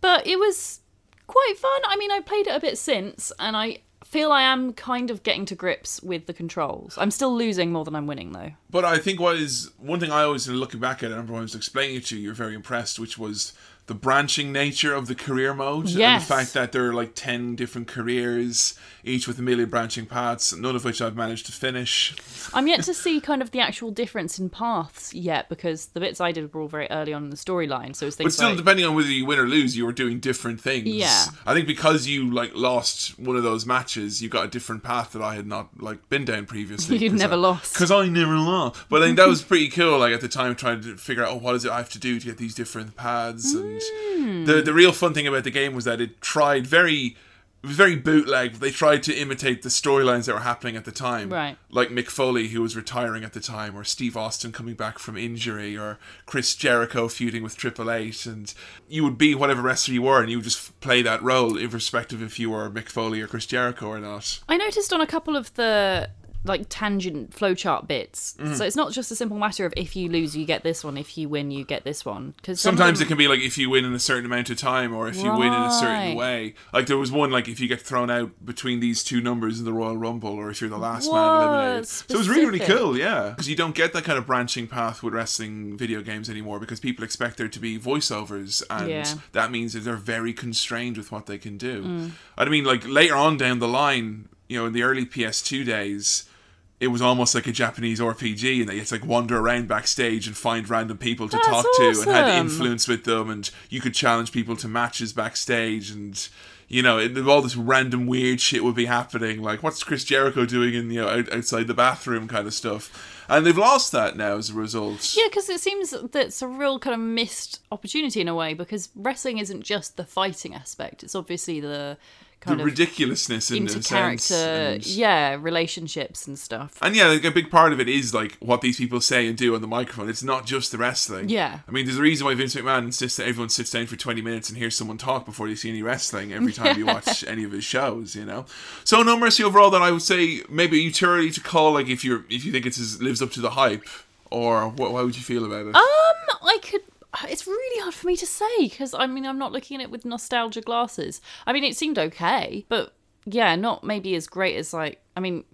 But it was quite fun. I mean, I played it a bit since, and I feel I am kind of getting to grips with the controls. I'm still losing more than I'm winning, though. But I think what is one thing I always looking back at, and everyone was explaining it to you, you're very impressed, which was the branching nature of the career mode and the Yes. fact that there are like ten different careers, each with a million branching paths, none of which I've managed to finish. I'm yet to see kind of the actual difference in paths yet because the bits I did were all very early on in the storyline. So it's But things still, like depending on whether you win or lose, you were doing different things. Yeah. I think because you like lost one of those matches, you got a different path that I had not like been down previously. You'd never lost. Because I never lost. But I think that was pretty cool. Like at the time, trying to figure out, oh, what is it I have to do to get these different paths? And Mm. the the real fun thing about the game was that it tried very. It was very bootleg. They tried to imitate the storylines that were happening at the time, Right. Like Mick Foley, who was retiring at the time, or Steve Austin coming back from injury, or Chris Jericho feuding with Triple H, and you would be whatever wrestler you were, and you would just play that role, irrespective if you were Mick Foley or Chris Jericho or not. I noticed on a couple of the like tangent flowchart bits. Mm. So it's not just a simple matter of if you lose you get this one, if you win you get this one. Because Sometimes it can be like if you win in a certain amount of time or if you win in a certain Right. way. Like there was one like if you get thrown out between these two numbers in the Royal Rumble or if you're the last man Whoa, eliminated. So it was really really specific. cool, yeah. Because you don't get that kind of branching path with wrestling video games anymore because people expect there to be voiceovers and Yeah. Mm. that means that they're very constrained with what they can do. I mean like later on down the line, you know, in the early PS2 days, it was almost like a Japanese RPG, and they had to like wander around backstage and find random people to That's talk to, and had awesome. influence with them, and you could challenge people to matches backstage, and you know it, all this random weird shit would be happening, like what's Chris Jericho doing in you know out, outside the bathroom kind of stuff, and they've lost that now as a result. Yeah, because it seems that it's a real kind of missed opportunity in a way because wrestling isn't just the fighting aspect. It's obviously the the kind of ridiculousness in into a sense, character, and- yeah, relationships and stuff. And yeah, like a big part of it is like what these people say and do on the microphone. It's not just the wrestling. Yeah. I mean, there's a reason why Vince McMahon insists that everyone sits down for 20 minutes and hears someone talk before they see any wrestling every time you watch any of his shows, you know? So, No Mercy overall, then I would say maybe you too early to call, like, if you're if you think it lives up to the hype, or what, how would you feel about it? Um, I could. It's really hard for me to say because I mean I'm not looking at it with nostalgia glasses. I mean it seemed okay, but yeah, not maybe as great as like. I mean,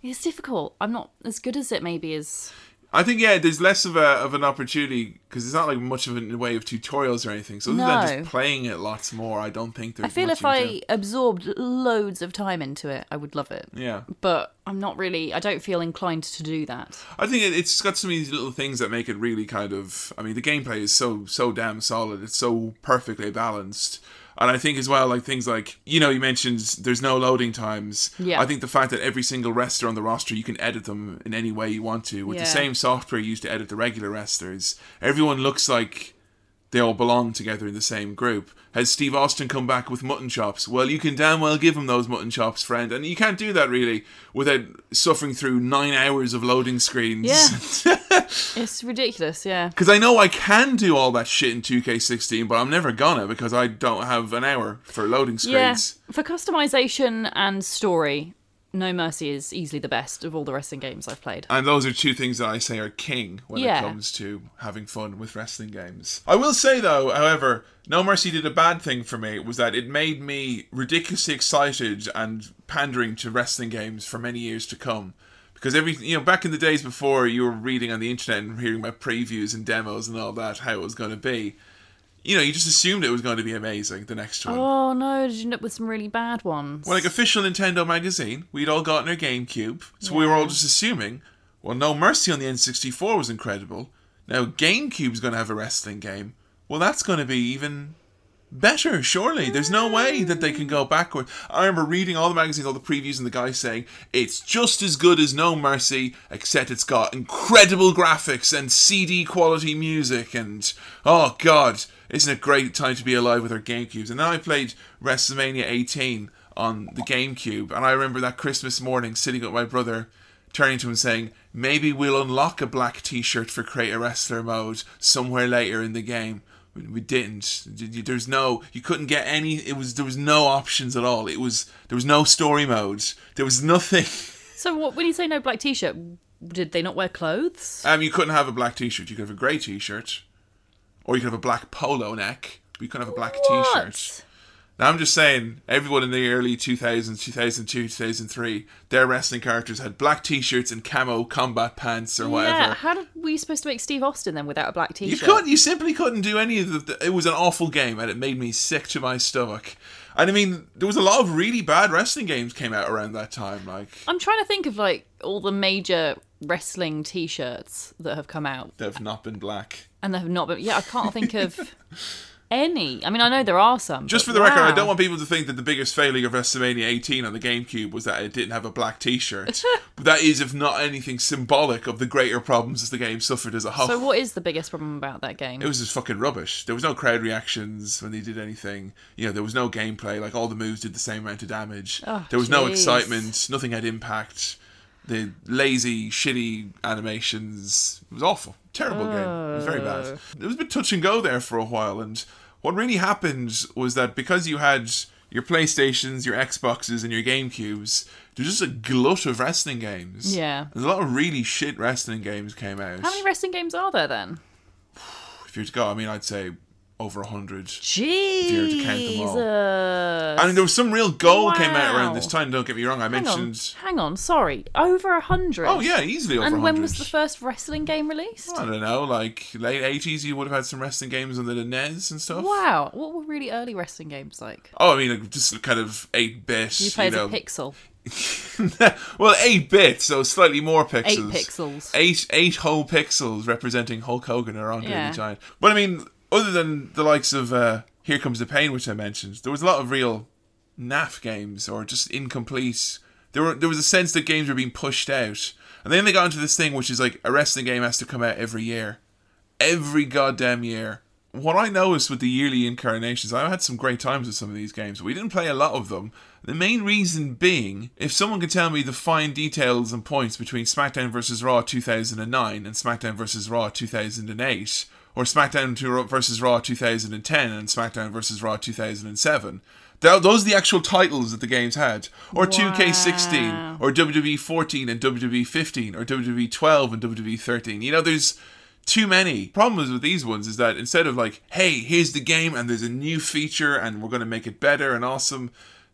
it's difficult. I'm not as good as it maybe as. I think, yeah, there's less of, a, of an opportunity because there's not like much of a way of tutorials or anything. So, other than No. just playing it lots more, I don't think there's I feel much if you I can do. absorbed loads of time into it, I would love it. Yeah. But I'm not really. I don't feel inclined to do that. I think it, it's got some of these little things that make it really kind of. I mean, the gameplay is so so damn solid. It's so perfectly balanced, and I think as well, like things like you know, you mentioned there's no loading times. Yeah. I think the fact that every single wrestler on the roster, you can edit them in any way you want to with the Yeah. same software used to edit the regular wrestlers. Everyone looks like they all belong together in the same group. Has Steve Austin come back with mutton chops? Well, you can damn well give him those mutton chops, friend. And you can't do that really without suffering through nine hours of loading screens. Yeah. It's ridiculous. Yeah. Because I know I can do all that shit in 2K16, but I'm never gonna because I don't have an hour for loading screens. Yeah. For customization and story, No Mercy is easily the best of all the wrestling games I've played. And those are two things that I say are king when it Yeah. comes to having fun with wrestling games. I will say though, however, No Mercy did a bad thing for me was that it made me ridiculously excited and pandering to wrestling games for many years to come. Because every you know, back in the days before you were reading on the internet and hearing about previews and demos and all that, how it was gonna be. You know, you just assumed it was going to be amazing the next one. Oh no, did you end up with some really bad ones? Well, like official Nintendo magazine, we'd all gotten our GameCube, so we were all just assuming, well, No Mercy on the N64 was incredible. Now GameCube's going to have a wrestling game. Well, that's going to be even better, surely. There's no way that they can go backward. I remember reading all the magazines, all the previews, and the guy saying, it's just as good as No Mercy, except it's got incredible graphics and CD quality music, and oh god, isn't it a great time to be alive with our GameCubes? And then I played WrestleMania 18 on the GameCube, and I remember that Christmas morning sitting with my brother turning to him and saying, Maybe we'll unlock a black t shirt for Create a Wrestler mode somewhere later in the game. We- We didn't. Did you- There's no. You couldn't get any. It was. There was no options at all. It was. There was no story mode. There was nothing. so what, when you say no black t-shirt, did they not wear clothes? Um, you couldn't have a black T-shirt. You could have a grey T-shirt, or you could have a black polo neck. But you couldn't have a black T-shirt. What? Now I'm just saying, everyone in the early 2000s, 2002, 2003, their wrestling characters had black T-shirts and camo combat pants or whatever. Yeah, how did, were you supposed to make Steve Austin then without a black You t-shirt? couldn't. You simply couldn't do any of the. It was an awful game, and it made me sick to my stomach. And I mean, there was a lot of really bad wrestling games came out around that time. Like I'm trying to think of like all the major wrestling t-shirts that have come out they've not been black. and they have not been. Yeah, I can't think of any. I mean, I know there are some. Just but for the record, I wow. don't want people to think that the biggest failure of WrestleMania 18 on the GameCube was that it didn't have a black T-shirt. but that is, if not anything, symbolic of the greater problems that the game suffered as a whole. So what is the biggest problem about that game? it was just fucking rubbish. There was no crowd reactions when they did anything. You know, there was no gameplay. Like all the moves did the same amount of damage. Oh, there was no jeez. excitement. Nothing had impact. The lazy, shitty animations. It was awful. Terrible game. It was very bad. It was a bit touch and go there for a while. And what really happened was that because you had your PlayStations, your Xboxes, and your GameCubes, there's just a glut of wrestling games. Yeah. There's a lot of really shit wrestling games came out. How many wrestling games are there then? if you were to go, I mean, I'd say over a hundred. were to count them all. Jesus. I mean, there was some real goal came out Wow. around this time. Don't get me wrong. I Hang on, mentioned. hang on, sorry. Over a hundred. Oh yeah, easily over. And 100. when was the first wrestling game released? I don't know, like late eighties. You would have had some wrestling games under the NES and stuff. Wow, what were really early wrestling games like? Oh, I mean, like, just kind of eight bit. You play as know. a pixel. well, eight bit, so slightly more Eight pixels. pixels. Eight eight whole pixels representing Hulk Hogan or Andre Yeah. the Giant. But I mean, other than the likes of uh, Here Comes the Pain, which I mentioned, there was a lot of real naff games or just incomplete. There were there was a sense that games were being pushed out, and then they got into this thing which is like a wrestling game has to come out every year, every goddamn year. what I noticed with the yearly incarnations, I had some great times with some of these games. We didn't play a lot of them. The main reason being, if someone could tell me the fine details and points between SmackDown vs. Raw 2009 and SmackDown vs. Raw 2008, or SmackDown to- vs. Raw 2010 and SmackDown vs. Raw 2007, tho- those are the actual titles that the games had. Or 2K16, or WWE 14 and WWE 15, or WWE 12 and WWE 13. You know, there's too many. Problems with these ones is that instead of like, hey, here's the game and there's a new feature and we're going to make it better and awesome,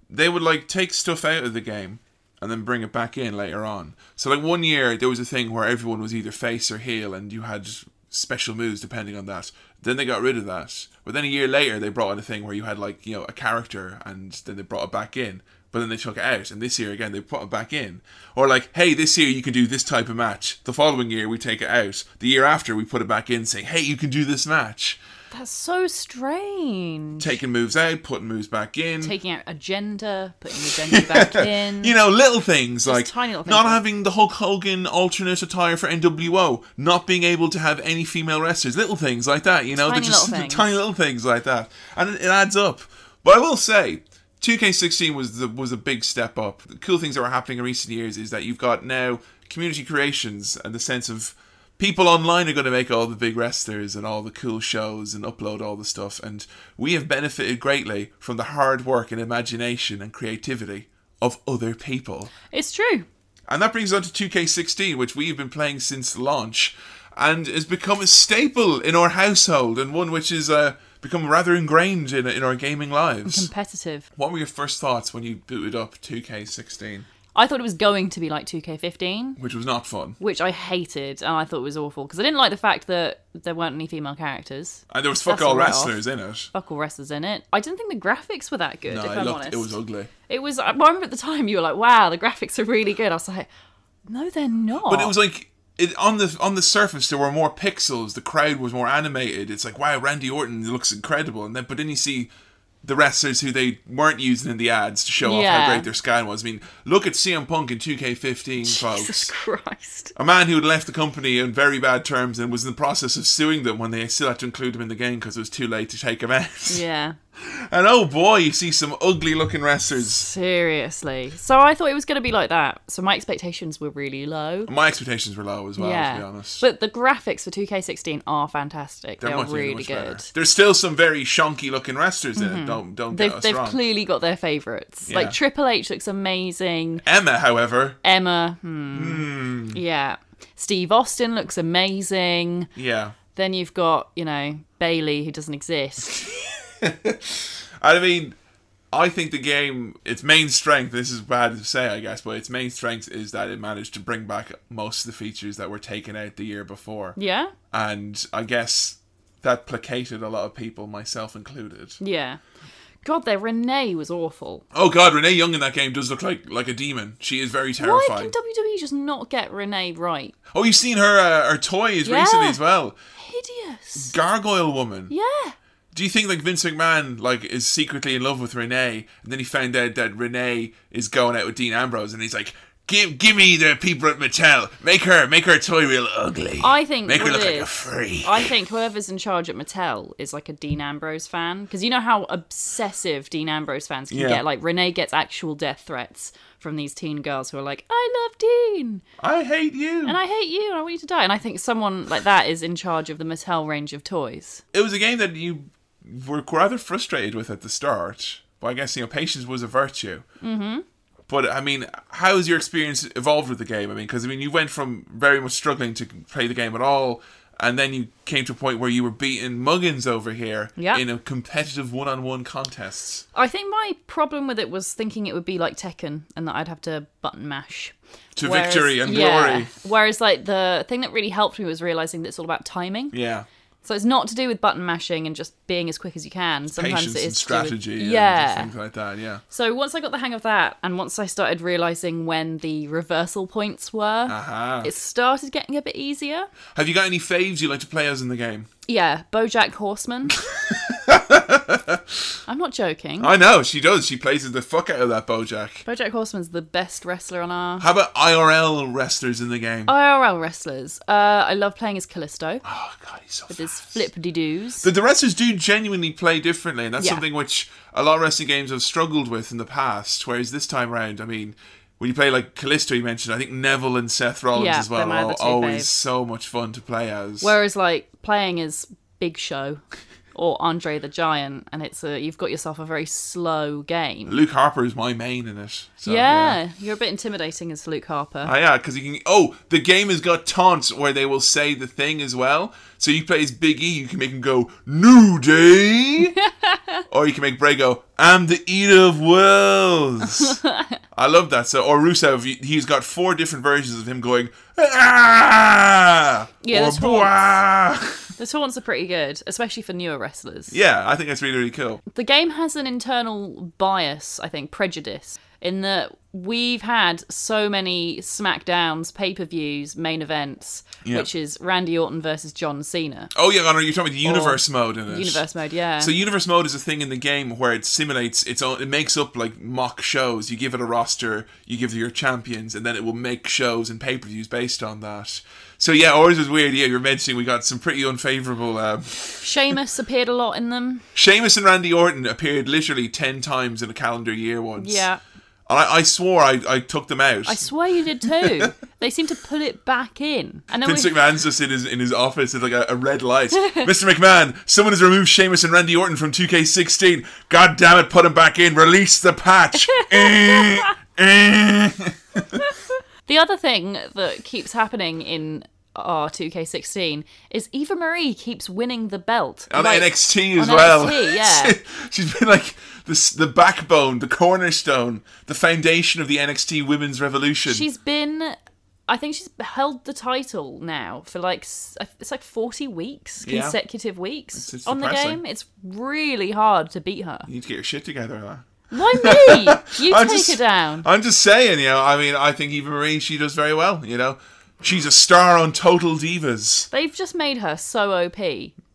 they would like take stuff out of the game and then bring it back in later on. So like one year there was a thing where everyone was either face or heel and you had special moves depending on that. Then they got rid of that. But then a year later they brought in a thing where you had like, you know, a character and then they brought it back in. But then they took it out, and this year again they put it back in. Or like, hey, this year you can do this type of match. The following year we take it out. The year after we put it back in, saying, hey, you can do this match. That's so strange. Taking moves out, putting moves back in. Taking out agenda, putting agenda back in. You know, little things like tiny little not things. having the Hulk Hogan alternate attire for NWO, not being able to have any female wrestlers, little things like that. You know, Tiny they're just little things. tiny little things like that, and it, it adds up. But I will say. 2K16 was the, was a big step up. The cool things that were happening in recent years is that you've got now community creations and the sense of people online are going to make all the big wrestlers and all the cool shows and upload all the stuff. And we have benefited greatly from the hard work and imagination and creativity of other people. It's true. And that brings us on to 2K16, which we've been playing since launch and has become a staple in our household and one which has uh, become rather ingrained in, in our gaming lives. Competitive. What were your first thoughts when you booted up 2K16, I thought it was going to be like 2K15, which was not fun? which I hated and I thought was awful because I didn't like the fact that there weren't any female characters. And there was fuck That's all a write-off. wrestlers in it. Buckle wrestlers in it. I didn't think the graphics were that good, No, if it, I'm looked, honest. it was ugly. It was. I remember at the time you were like, "Wow, the graphics are really good." I was like, "No, they're not." But it was like it, on the on the surface there were more pixels. The crowd was more animated. It's like wow, Randy Orton looks incredible, and then but then you see the wrestlers who they weren't using in the ads to show off how Yeah. great their scan was. I mean, look at CM Punk in 2K15, Jesus folks. Christ. A man who had left the company on very bad terms and was in the process of suing them when they still had to include him in the game because it was too late to take him out. Yeah, And oh boy, you see some ugly looking wrestlers. seriously. So I thought it was going to be like that. So my expectations were really low. My expectations were low as well, yeah, to be honest. but the graphics for 2K16 are fantastic. They're much- really much good. Mm-hmm. better. There's still some very shonky looking wrestlers in it. Don't don't get They've, us they've wrong. clearly got their favourites. Yeah. Like Triple H looks amazing. Emma, however, Emma, hmm. yeah. Steve Austin looks amazing. yeah. Then you've got you know Bailey who doesn't exist. I mean, I think the game its main strength. This is bad to say, I guess, but its main strength is that it managed to bring back most of the features that were taken out the year before, yeah, and I guess that placated a lot of people, myself included. yeah. God, their Renee was awful. Oh God, Renee Young in that game does look like like a demon. She is very Why terrifying. can WWE just not get Renee right? oh, you've seen her uh, her toys Yeah. recently as well. Hideous. Gargoyle Woman. Yeah. Do you think like Vince McMahon like is secretly in love with Renee, and then he found out that Renee is going out with Dean Ambrose, and he's like, "Give, give me the people at Mattel. Make her, make her toy real ugly. I think make her what look it like a is- freak." I think whoever's in charge at Mattel is like a Dean Ambrose fan because you know how obsessive Dean Ambrose fans can Yeah. get. Like Renee gets actual death threats from these teen girls who are like, "I love Dean I hate you. and I hate you and I want you to die." And I think someone like that is in charge of the Mattel range of toys. it was a game that you were rather frustrated with at the start, but I guess you know patience was a virtue. Mm-hmm. But I mean, how has your experience evolved with the game? I mean, because I mean, you went from very much struggling to play the game at all, and then you came to a point where you were beating Muggins over here Yeah. in a competitive one-on-one contests. I think my problem with it was thinking it would be like Tekken and that I'd have to button mash To Whereas- victory and yeah. glory. Whereas, like the thing that really helped me was realizing that it's all about timing. Yeah, So it's not to do with button mashing and just being as quick as you can. Sometimes patience it is and to do with- strategy. yeah. and things like that. Yeah. so once I got the hang of that, and once I started realizing when the reversal points were, Ah. it started getting a bit easier. Have you got any faves you like to play as in the game? Yeah, BoJack Horseman. I'm not joking. I know she does. She plays the fuck out of that BoJack. Bojack Horseman's the best wrestler on our How about IRL wrestlers in the game? IRL wrestlers. Uh, I love playing as Callisto Oh god, he's so with his fast. flip de doos. The, the wrestlers do genuinely play differently, and that's Yeah. something which a lot of wrestling games have struggled with in the past. Whereas this time round, I mean, when you play like Callisto, you mentioned, I think Neville and Seth Rollins Yeah, as well they're my are other two always faves. so much fun to play as. Whereas like playing as Big Show or Andre the Giant, and it's a you've got yourself a very slow game. Luke Harper is my main in it. So, yeah, you're a bit intimidating as Luke Harper. Oh, yeah, because you can. Oh, the game has got taunts where they will say the thing as well. So you play as Big E, you can make him go New Day, or you can make Bray go I'm the Eater of Worlds. I love that. So or Rusev, he- he's got four different versions of him going ah Yeah, or that's "Bwah." The taunts are pretty good, especially for newer wrestlers. Yeah, I think that's really really cool. The game has an internal bias, I think, prejudice, in that we've had so many SmackDowns, pay per views, main events, Yeah. which is Randy Orton versus John Cena. Oh yeah, Connor, you're talking about the universe mode in it. Universe mode, yeah. So universe mode is a thing in the game where it simulates its own. It makes up like mock shows. You give it a roster, you give it your champions, and then it will make shows and pay per views based on that. So yeah, ours was weird. Yeah, you're mentioning we got some pretty unfavorable. Um, Sheamus appeared a lot in them. Sheamus and Randy Orton appeared literally ten times in a calendar year once. Yeah. And I, I swore I, I took them out. I swear you did too. they seem to pull it back in. And then Vince we, McMahon's just in his in his office with like a, a red light. Mr. McMahon, someone has removed Sheamus and Randy Orton from 2K16. God damn it, put them back in. Release the patch. Eh, eh. the other thing that keeps happening in our 2K16 is Eva Marie keeps winning the belt. on Like- NXT as on well. NXT, yeah. She's been like this, the backbone, the cornerstone, the foundation of the NXT Women's Revolution. She's been, I think she's held the title now for like s- it's like forty weeks, Yeah. consecutive weeks it's on depressing. the game. It's really hard to beat her. you need to get your shit together, huh? Why me? You I'm take just- her down. I'm just saying, you know, I mean, I think Eva Marie, she does very well, you know. She's a star on Total Divas. They've just made her so OP.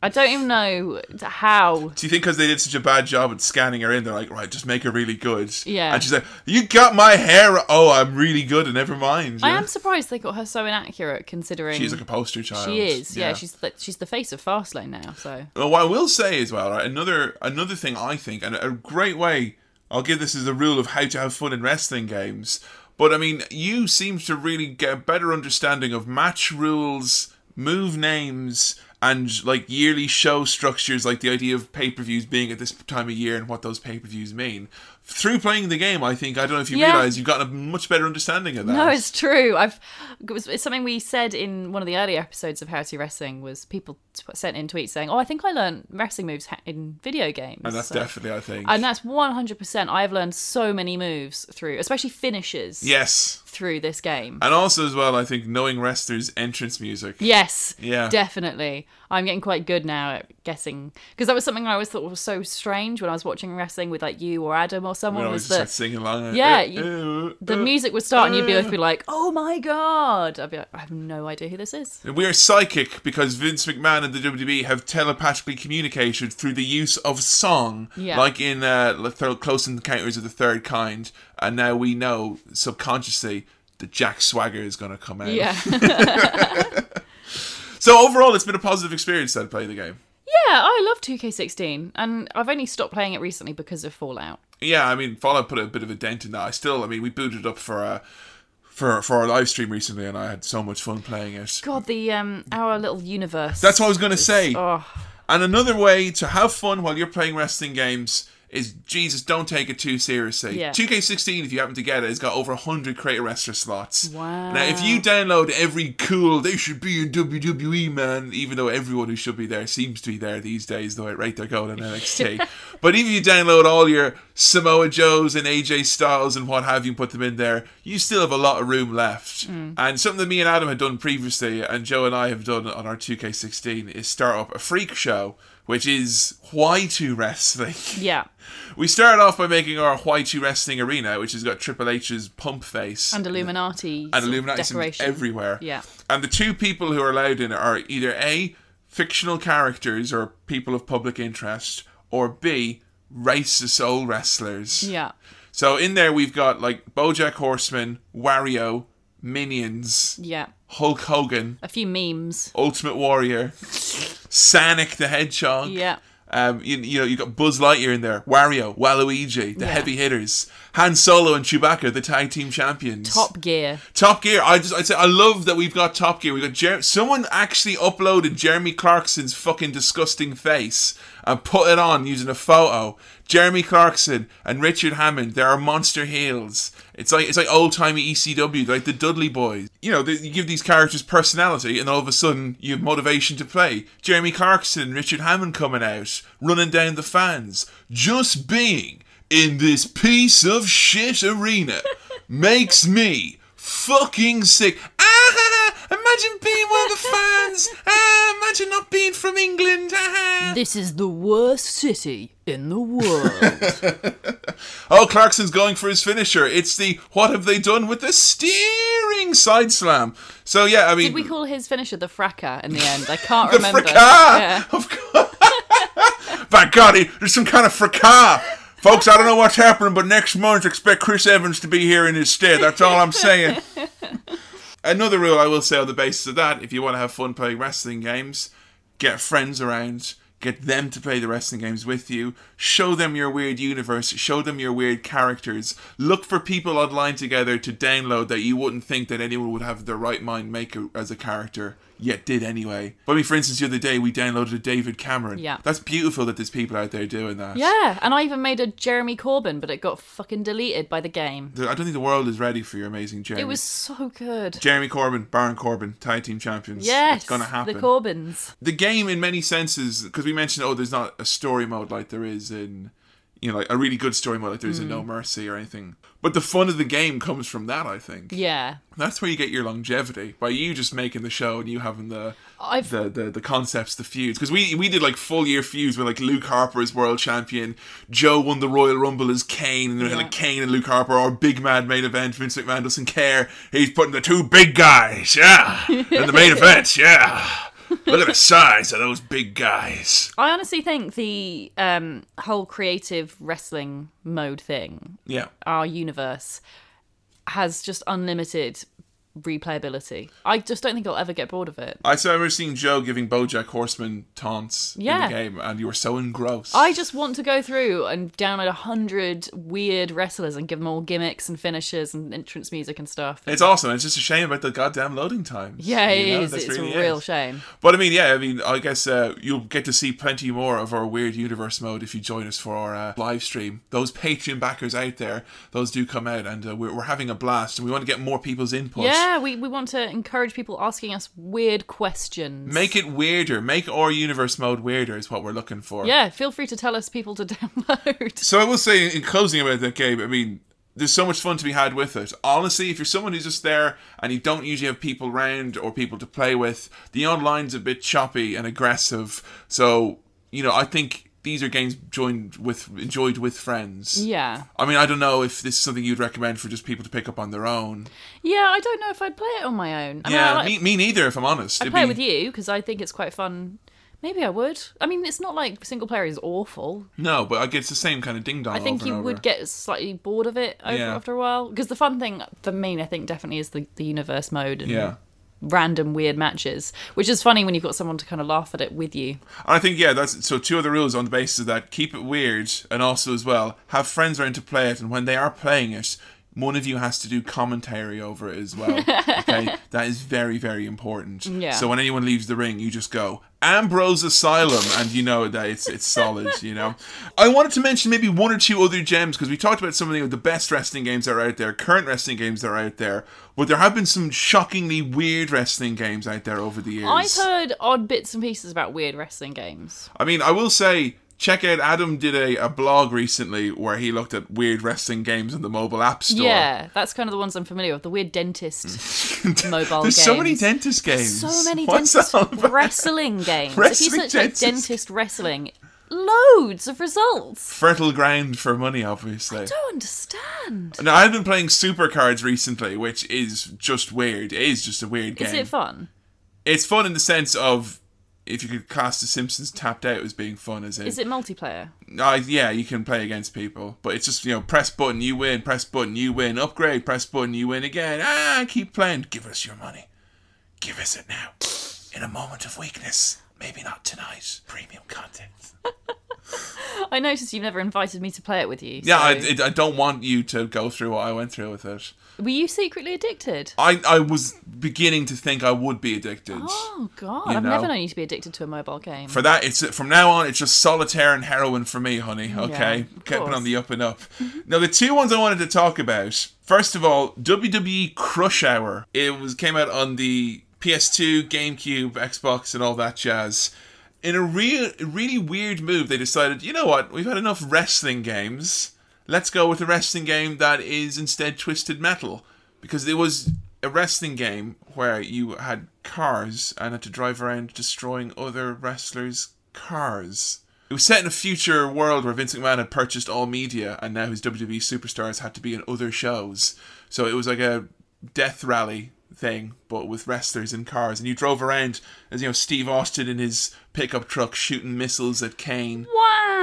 I don't even know how. Do you think because they did such a bad job at scanning her in, they're like, right, just make her really good? Yeah. And she's like, you got my hair. Oh, I'm really good, and never mind. I Yeah. am surprised they got her so inaccurate, considering She's like a poster child. she is. Yeah, she's the, she's the face of Fastlane now. So Well, what I will say as well, right, another another thing I think, and a great way, I'll give this as a rule of how to have fun in wrestling games. But I mean, you seem to really get a better understanding of match rules, move names, and like yearly show structures, like the idea of pay per views being at this time of year and what those pay per views mean. Through playing the game, I think I don't know if you Yeah. realize you've gotten a much better understanding of that. No, it's true. I've it was, it's something we said in one of the earlier episodes of How to Wrestling was people t- sent in tweets saying, "Oh, I think I learned wrestling moves ha- in video games." and that's So- definitely, I think. and that's 100%. I've learned so many moves through, especially finishes yes. through this game. And also, as well, I think knowing wrestlers' entrance music. Yes. Yeah. Definitely. I'm getting quite good now at guessing because that was something I always thought was so strange when I was watching wrestling with like you or Adam or We someone always was just like that singing along. Yeah, Uh, you- uh, the uh. music would start and you'd both be Mm. like, "Oh my god." I'd be like, "I have no idea who this is." We are psychic because Vince McMahon and the WWE have telepathically communicated through the use of song, Yeah. like in uh, Le- Thro- Close Encounters of the Third Kind. And now we know subconsciously that Jack Swagger is going to come out. Yeah. So overall, it's been a positive experience that playing the game. Yeah, I love 2K16, and I've only stopped playing it recently because of Fallout. Yeah, I mean, Fallout put a bit of a dent in that. I still, I mean, we booted up for uh, for for our live stream recently, and I had so much fun playing it. God, the um, our little universe. That's what I was going to say. oh, And another way to have fun while you're playing wrestling games is Jesus, don't take it too seriously. Yeah. 2K16, if you happen to get it, has got over 100 creator wrestler slots. Wow. Now, if you download every cool, they should be in WWE, man, even though everyone who should be there seems to be there these days, though at rate they're going in NXT. but if you download all your Samoa Joes and AJ Styles and what have you, and put them in there, you still have a lot of room left. Hmm. And something that me and Adam had done previously, and Joe and I have done on our 2K16, is start up a freak show, which is why to wrestling. yeah, We started off by making our Y2 Wrestling Arena, which has got Triple H's pump face and Illuminati. sort and of Illuminati symbols decoration. everywhere. Yeah. And the two people who are allowed in are either A, fictional characters or people of public interest, or B, race of soul wrestlers. Yeah. So in there we've got like BoJack Horseman, Wario, Minions, Yeah. Hulk Hogan, A few memes. Ultimate Warrior, Sonic the Hedgehog. Yeah. Um, you, you know, you've got Buzz Lightyear in there, Wario, Waluigi, the Yeah. heavy hitters, Han Solo and Chewbacca, the tag team champions. Top Gear. Top Gear. I just, I'd say, I love that we've got Top Gear. We got Jer- someone actually uploaded Jeremy Clarkson's fucking disgusting face and put it on using a photo. Jeremy Clarkson and Richard Hammond. There are monster heels. It's like it's like old timey ECW, like the Dudley Boys. You know, they, you give these characters personality, and all of a sudden you have motivation to play. Jeremy Clarkson, and Richard Hammond coming out, running down the fans, just being in this piece of shit arena makes me fucking sick. Ah, imagine being one of the fans. Ah, imagine not being from England. Ah. This is the worst city in the world. Oh, Clarkson's going for his finisher. It's the what have they done with the steering side slam? So yeah, I mean, Did we call his finisher the Fracker in the end? I can't the remember. fracas. Yeah. Of course. By God, he- there's some kind of fracas. Folks, I don't know what's happening, but next month expect Chris Evans to be here in his stead. That's all I'm saying. Another rule I will say on the basis of that, if you want to have fun playing wrestling games, get friends around, get them to play the wrestling games with you, show them your weird universe, show them your weird characters, look for people online together to download that you wouldn't think that anyone would have their right mind make a, as a character, yet did anyway. But I mean, for instance, the other day we downloaded a David Cameron. Yeah. That's beautiful that there's people out there doing that. Yeah, and I even made a Jeremy Corbyn, but it got fucking deleted by the game. The- I don't think the world is ready for your amazing Jeremy. It was so good. Jeremy Corbyn, Baron Corbyn, tag team champions. Yes, it's gonna happen. the Corbyns. the game in many senses because we mentioned oh there's not a story mode like there is in you know like a really good story mode like there is in no mercy or anything but the fun of the game comes from that i think Yeah, that's where you get your longevity by you just making the show and you having the I've- the, the the concepts the feuds because we we did like full year feuds where like luke harper is world champion joe won the royal rumble as kane and then like kane and luke harper or big mad main event vince mcmahon doesn't care he's putting the two big guys yeah in the main event yeah look at the size of those big guys I honestly think the um, whole creative wrestling mode thing, yeah our universe, has just unlimited replayability. I just don't think I'll ever get bored of it. I so I remember seeing Joe giving Bojack Horseman taunts Yeah. in the game, and you were so engrossed. I just want to go through and download a hundred weird wrestlers and give them all gimmicks and finishes and entrance music and stuff. It's awesome. It's just a shame about the goddamn loading times. yeah, it you know? is. That's It's really a real it. shame. But I mean, yeah, I mean, I guess uh, you'll get to see plenty more of our weird universe mode if you join us for our uh, live stream. Those Patreon backers out there, those do come out, and uh, we're, we're having a blast, and we want to get more people's input. Yeah, we, we want to encourage people asking us weird questions. Make it weirder. Make our universe mode weirder is what we're looking for. yeah, feel free to tell us people to download. So I will say in closing about that game, I mean, there's so much fun to be had with it. Honestly, if you're someone who's just there and you don't usually have people around or people to play with, the online's a bit choppy and aggressive. So, you know, I think these are games joined with enjoyed with friends. Yeah. I mean, I don't know if this is something you'd recommend for just people to pick up on their own. Yeah, I don't know if I'd play it on my own. I mean, I yeah, like- me, me neither, if I'm honest. I'd It'd play it be- with you because I think it's quite fun. Maybe I would. I mean, it's not like single player is awful. No, but I guess the same kind of ding dong. I think you would get slightly bored of it over, Yeah. after a while. Because the fun thing for me, I think, definitely is the, the universe mode and Yeah. random weird matches, which is funny when you've got someone to kind of laugh at it with you. And I think yeah, that's so two other rules on the basis of that: keep it weird, and also as well have friends around to play it. And when they are playing it, one of you has to do commentary over it as well. okay, that is very very important. Yeah. So when anyone leaves the ring, you just go Ambrose Asylum, and you know that it's it's solid. You know, I wanted to mention maybe one or two other gems because we talked about some of the best wrestling games that are out there, current wrestling games that are out there, but there have been some shockingly weird wrestling games out there over the years. I've heard odd bits and pieces about weird wrestling games. I mean, I will say, check out Adam did a, a blog recently where he looked at weird wrestling games on the mobile app store. Yeah, that's kind of the ones I'm familiar with. The weird dentist mobile There's games. so many dentist games. so many Mm. What's dentist that all about? wrestling games. if Wrestling you search dentist. like dentist wrestling, loads of results. Fertile ground for money, obviously. I don't understand. Now, I've been playing Supercards recently, which is just weird. It is just a weird game. Is it fun? it's fun in the sense of if you could class The Simpsons Tapped Out as being fun, as in, Is it multiplayer? Uh, yeah, you can play against people, but it's just you know press button, you win, press button, you win, upgrade, press button, you win again. Ah, keep playing. Give us your money. Give us it now. In a moment of weakness, maybe not tonight. Premium content. I noticed you've never invited me to play it with you. Yeah, I, so- it- I don't want you to go through what I went through with it. Were you secretly addicted? I, I was beginning to think I would be addicted. Oh God! You I've know. never known you to be addicted to a mobile game. For that, it's from now on. It's just solitaire and heroin for me, honey. Okay, of keeping course. on the up and up. Now, the two ones I wanted to talk about. First of all, WWE Crush Hour. It was came out on the PS2, GameCube, Xbox, and all that jazz. In a real, really weird move, they decided, you know what? We've had enough wrestling games. Let's go with a wrestling game that is instead Twisted Metal, because there was a wrestling game where you had cars and had to drive around destroying other wrestlers' cars. It was set in a future world where Vince McMahon had purchased all media, and now his WWE superstars had to be in other shows. So it was like a death rally thing, but with wrestlers in cars, and you drove around as you know Steve Austin in his pickup truck shooting missiles at Kane. Wow! Oh.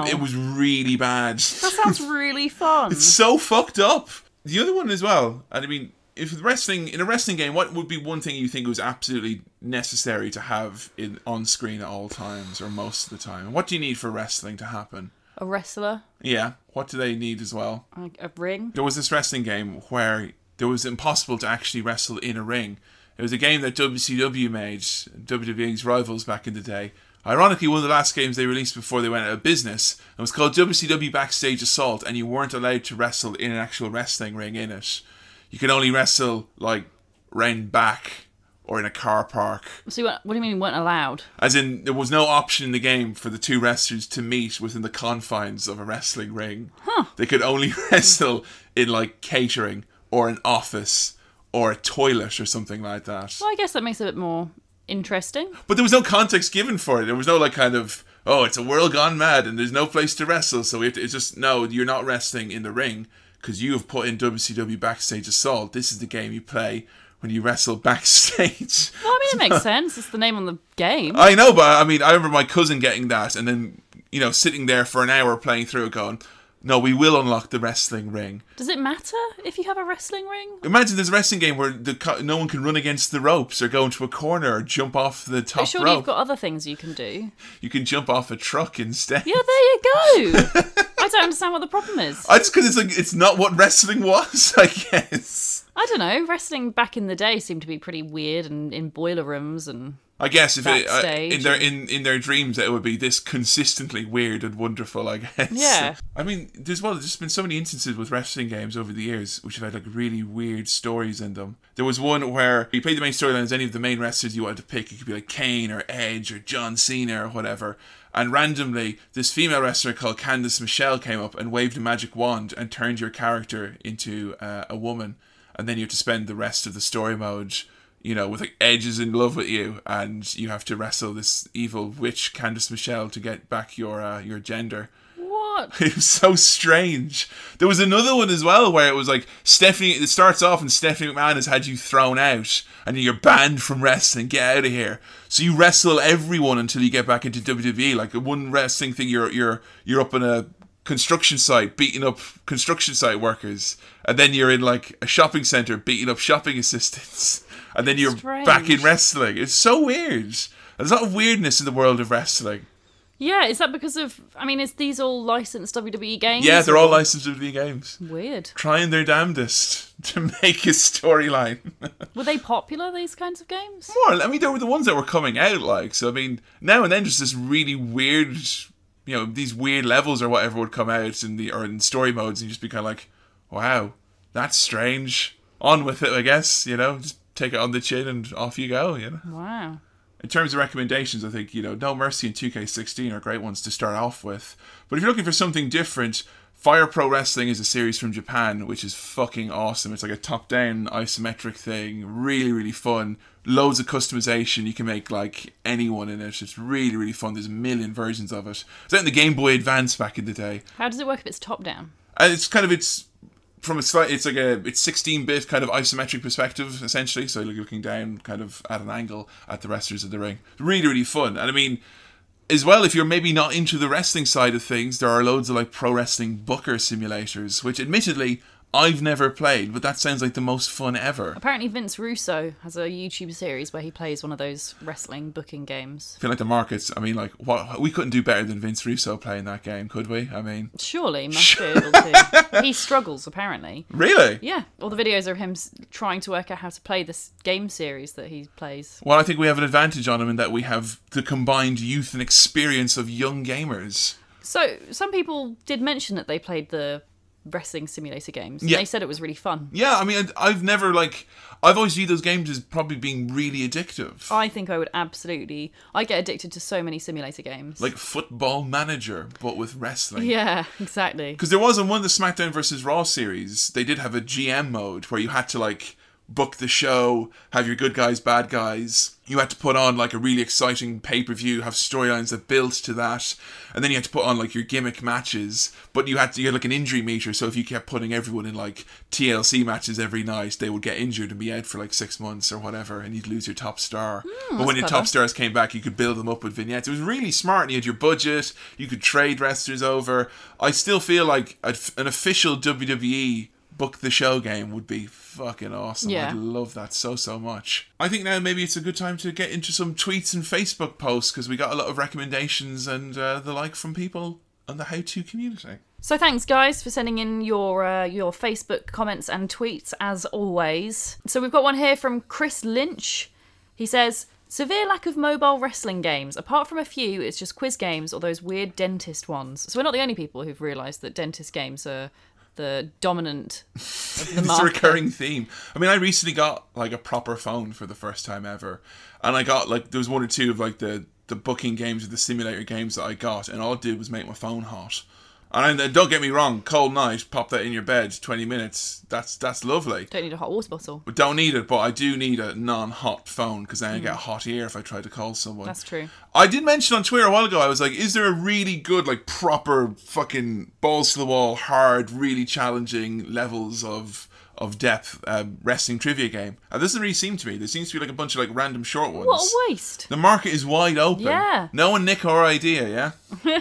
Um, it was really bad that sounds really fun. so fucked up. The other one as well. And I mean, if wrestling in a wrestling game, what would be one thing you think was absolutely necessary to have in on screen at all times or most of the time? What do you need for wrestling to happen? A wrestler, Yeah, what do they need as well? a, a ring. There was this wrestling game where there was impossible to actually wrestle in a ring. It was a game that WCW made, WWE's rivals back in the day. Ironically, one of the last games they released before they went out of business, and was called WCW Backstage Assault, and you weren't allowed to wrestle in an actual wrestling ring in it. You could only wrestle like round back or in a car park. So you weren't, what do you mean you weren't allowed? As in, there was no option in the game for the two wrestlers to meet within the confines of a wrestling ring. They could only wrestle in like catering or an office or a toilet or something like that. Well, I guess that makes it a bit more interesting. But there was no context given for it. There was no like kind of oh, it's a world gone mad and there's no place to wrestle, so we have to, it's just no, you're not wrestling in the ring because you have put in WCW Backstage Assault. This is the game you play when you wrestle backstage. Well, I mean, it makes sense. It's the name on the game. I know, but I mean, I remember my cousin getting that and then, you know, sitting there for an hour playing through it going, no, we will unlock the wrestling ring. Does it matter if you have a wrestling ring? Imagine there's a wrestling game where the co- no one can run against the ropes or go into a corner or jump off the top Surely rope. you've got other things you can do. you can jump off a truck instead. Yeah, there you go. I don't understand what the problem is. I just because it's like it's not what wrestling was, I guess. I don't know. Wrestling back in the day seemed to be pretty weird and in boiler rooms and I guess if it, uh, Backstage in their in, in their dreams it would be this consistently weird and wonderful. I guess. Yeah. I mean, there's well, there's been so many instances with wrestling games over the years which have had like really weird stories in them. There was one where you played the main storyline as any of the main wrestlers you wanted to pick. It could be like Kane or Edge or John Cena or whatever. And randomly, this female wrestler called Candice Michelle came up and waved a magic wand and turned your character into uh, a woman. And then you have to spend the rest of the story mode you know, with like Edge is in love with you, and you have to wrestle this evil witch, Candice Michelle, to get back your uh, your gender. what? It was so strange. There was another one as well where it was like Stephanie. It starts off and Stephanie McMahon has had you thrown out, and you're banned from wrestling. Get out of here. So you wrestle everyone until you get back into WWE. Like one wrestling thing, you're you're you're up in a construction site beating up construction site workers, and then you're in like a shopping center beating up shopping assistants, and then you're back in Strange. wrestling. It's so weird. There's a lot of weirdness in the world of wrestling. Yeah, is that because of? I mean, is these all licensed WWE games? Yeah, they're all licensed WWE games. weird. trying their damnedest to make a storyline. Were they popular? These kinds of games? More, I mean, they were the ones that were coming out, like, so I mean, now and then just this really weird, you know, these weird levels or whatever would come out in the, or in story modes, and you'd just be kind of like, wow, that's strange. On with it, I guess, you know, just take it on the chin and off you go, you know. Wow. In terms of recommendations, I think, you know, No Mercy and 2K16 are great ones to start off with. But if you're looking for something different, Fire Pro Wrestling is a series from Japan, which is fucking awesome. It's like a top down isometric thing, really, really fun. Loads of customization. You can make like anyone in it. It's really, really fun. There's a million versions of it. It's out in the Game Boy Advance back in the day. How does it work if it's top down? And it's Uh, kind of it's from a slight, it's like a it's 16 bit kind of isometric perspective essentially. So you're looking down kind of at an angle at the wrestlers of the ring. Really, really fun. And I mean, as well, if you're maybe not into the wrestling side of things, there are loads of like pro wrestling booker simulators, which admittedly I've never played, but that sounds like the most fun ever. Apparently, Vince Russo has a YouTube series where he plays one of those wrestling booking games. I feel like the markets. I mean, like what we couldn't do better than Vince Russo playing that game, could we? I mean, Surely, must be able to. He struggles apparently. really? Yeah, all the videos are of him s- trying to work out how to play this game series that he plays. Well, I think we have an advantage on him in that we have the combined youth and experience of young gamers. So, some people did mention that they played the wrestling simulator games. And Yeah. They said it was really fun. Yeah, I mean, I- I've never like I've always viewed those games as probably being really addictive. I think I would absolutely. I get addicted to so many simulator games. Like Football Manager, but with wrestling. yeah, exactly. Because there was on one of the SmackDown versus Raw series, they did have a GM mode where you had to like book the show, have your good guys, bad guys. You had to put on like a really exciting pay per view, have storylines that built to that, and then you had to put on like your gimmick matches. But you had to you had like an injury meter, so if you kept putting everyone in like TLC matches every night, they would get injured and be out for like six months or whatever, and you'd lose your top star. but when your Hmm, clever. top stars came back, you could build them up with vignettes. It was really smart, and you had your budget. You could trade wrestlers over. I still feel like a, an official WWE book the show game would be fucking awesome. Yeah. I'd love that so so much. I think now maybe it's a good time to get into some tweets and Facebook posts because we got a lot of recommendations and uh, the like from people on the how to community. So thanks, guys, for sending in your uh, your Facebook comments and tweets as always. So we've got one here from Chris Lynch. He says. Severe lack of mobile wrestling games. Apart from a few, it's just quiz games or those weird dentist ones. So we're not the only people who've realised that dentist games are the dominant of the it's a market. recurring theme. I mean, I recently got like a proper phone for the first time ever, and I got like there was one or two of like the the booking games or the simulator games that I got, and all it did was make my phone hot. And I, don't get me wrong, cold night, pop that in your bed, twenty minutes. That's that's lovely. Don't need a hot water bottle. But don't need it, but I do need a non-hot phone because then I get a hot ear if I try to call someone. Hmm. That's true. I did mention on Twitter a while ago. I was like, "Is there a really good, like, proper fucking balls to the wall, hard, really challenging levels of of depth um, wrestling trivia game?" And this doesn't really seem to me. There seems to be like a bunch of like random short ones. What a waste. The market is wide open. Yeah. No one nick our idea. Yeah.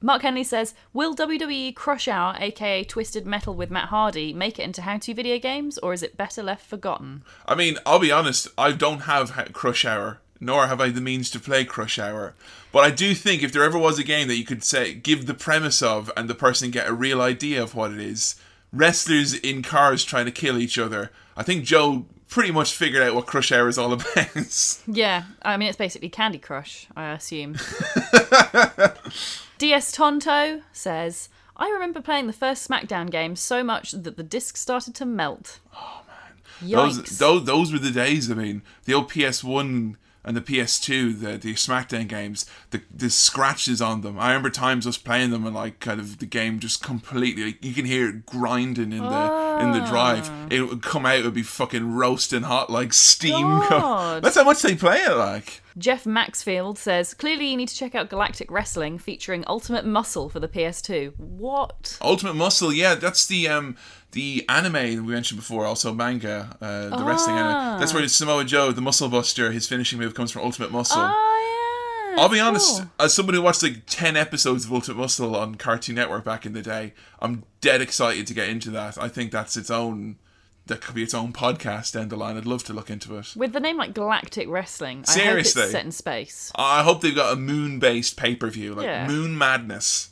Mark Henley says, "Will WWE Crush Hour, aka Twisted Metal with Matt Hardy, make it into how-to video games, or is it better left forgotten?" I mean, I'll be honest. I don't have ha- Crush Hour, nor have I the means to play Crush Hour. But I do think if there ever was a game that you could say give the premise of, and the person get a real idea of what it is, wrestlers in cars trying to kill each other. I think Joe pretty much figured out what Crush Hour is all about. Yeah, I mean it's basically Candy Crush, I assume. DS Tonto says, "I remember playing the first SmackDown game so much that the disc started to melt." Oh man, yikes! those, those those were the days. I mean, the old PS1 and the PS2, the the SmackDown games, the the scratches on them. I remember times us playing them and like kind of the game just completely. Like, you can hear it grinding in the in the drive. Ah. It would come out. It would be fucking roasting hot like steam. co- God. That's how much they play it like. Jeff Maxfield says, "Clearly, you need to check out Galactic Wrestling featuring Ultimate Muscle for the PS2." What? Ultimate Muscle, yeah, that's the um the anime we mentioned before, also manga, uh, the wrestling anime. Ah. That's where Samoa Joe, the Muscle Buster, his finishing move comes from Ultimate Muscle. Ah, Oh yeah. I'll be honest, cool. as someone who watched like 10 episodes of Ultimate Muscle on Cartoon Network back in the day, I'm dead excited to get into that. I think that's its own, that could be its own podcast down the line. I'd love to look into it. With the name like Galactic Wrestling, I hope Seriously. it's set in space. I hope they've got a moon based pay per view, like Yeah. Moon Madness.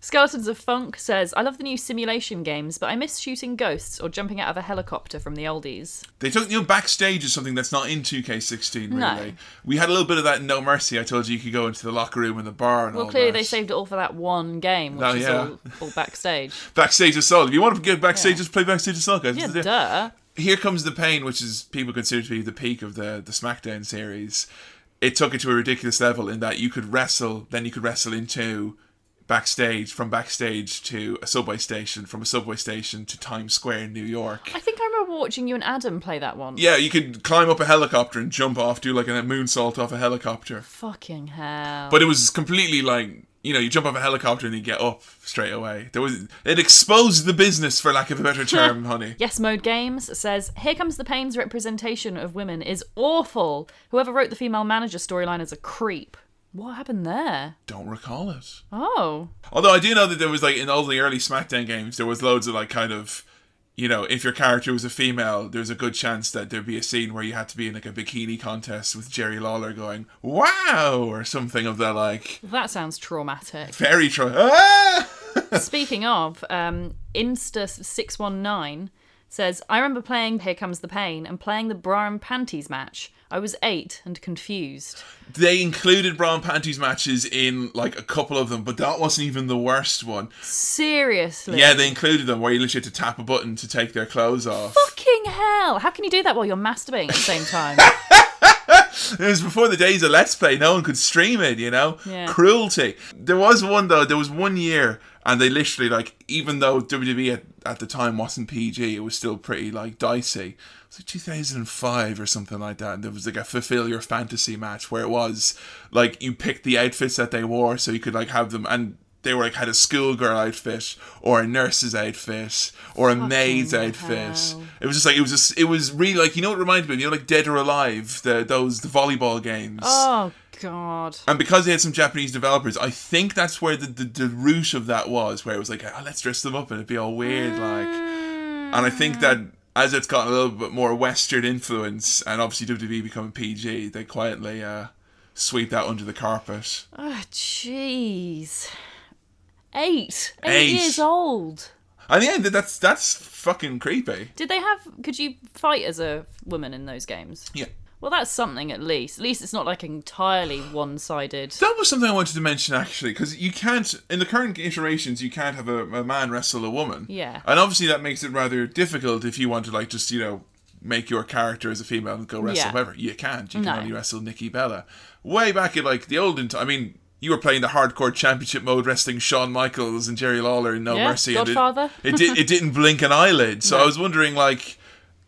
Skeletons of Funk says, "I love the new simulation games, but I miss shooting ghosts or jumping out of a helicopter from the oldies." They took you know, backstage is something that's not in 2K16, really. No. We had a little bit of that in No Mercy. I told you you could go into the locker room and the bar and Well, all clearly that. they saved it all for that one game, which Oh, is yeah. all, all backstage. Backstage Assault. If you want to get backstage, Yeah. just play Backstage Assault, guys. Yeah, It's- duh. Here Comes the Pain, which is people consider to be the peak of the the SmackDown series, it took it to a ridiculous level in that you could wrestle, then you could wrestle into backstage, from backstage to a subway station, from a subway station to Times Square in New York. I think I remember watching you and Adam play that one. Yeah, you could climb up a helicopter and jump off, do like a moonsault off a helicopter. Fucking hell. But it was completely like you know, you jump off a helicopter and you get up straight away. There was it exposed the business for lack of a better term, honey. Yes Mode Games says, Here Comes the Pain's representation of women is awful. Whoever wrote the female manager storyline is a creep. What happened there? Don't recall it. Oh. Although I do know that there was like in all the early SmackDown games, there was loads of like kind of, you know, if your character was a female, there's a good chance that there'd be a scene where you had to be in like a bikini contest with Jerry Lawler going "Wow" or something of that like That sounds traumatic. very tro- ah! Speaking of, um, Insta619 says, I remember playing Here Comes the Pain and playing the bra and panties match. I was eight and confused. They included bra and panties matches in like a couple of them, but that wasn't even the worst one. Seriously. Yeah, they included them where you literally had to tap a button to take their clothes off. Fucking hell. How can you do that while you're masturbating at the same time? It was before the days of Let's Play. No one could stream it, you know? Yeah. Cruelty. There was one, though. There was one year, and they literally, like, even though WWE at, at the time wasn't PG, it was still pretty, like, dicey. It was like 2005 or something like that. And there was, like, a Fulfill Your Fantasy match where it was, like, you picked the outfits that they wore so you could, like, have them. And they were, like, had a schoolgirl outfit or a nurse's outfit or a maid's outfit. hell. It was just like it was just it was really like you know what it reminded me of? you know like Dead or Alive the those the volleyball games oh, God. and because they had some Japanese developers I think that's where the, the the root of that was where it was like oh, let's dress them up and it'd be all weird like and I think that as it's gotten a little bit more Western influence and obviously WWE becoming PG they quietly uh sweep that under the carpet Oh, jeez. Eight. Eight. Eight. years old. and yeah that- that's that's fucking creepy Did they have. Could you fight as a woman in those games? yeah. Well, that's something at least. At least it's not like entirely one sided. That was something I wanted to mention actually, because you can't in the current iterations you can't have a, a man wrestle a woman. Yeah. And obviously that makes it rather difficult if you want to like just you know make your character as a female and go wrestle Yeah. whoever. You can't. You can No. only wrestle Nikki Bella. Way back in like the olden time, I mean. You were playing the hardcore championship mode, wrestling Shawn Michaels and Jerry Lawler in No Yeah, Mercy. Godfather. And it, it, did, it didn't blink an eyelid. So I was wondering, like,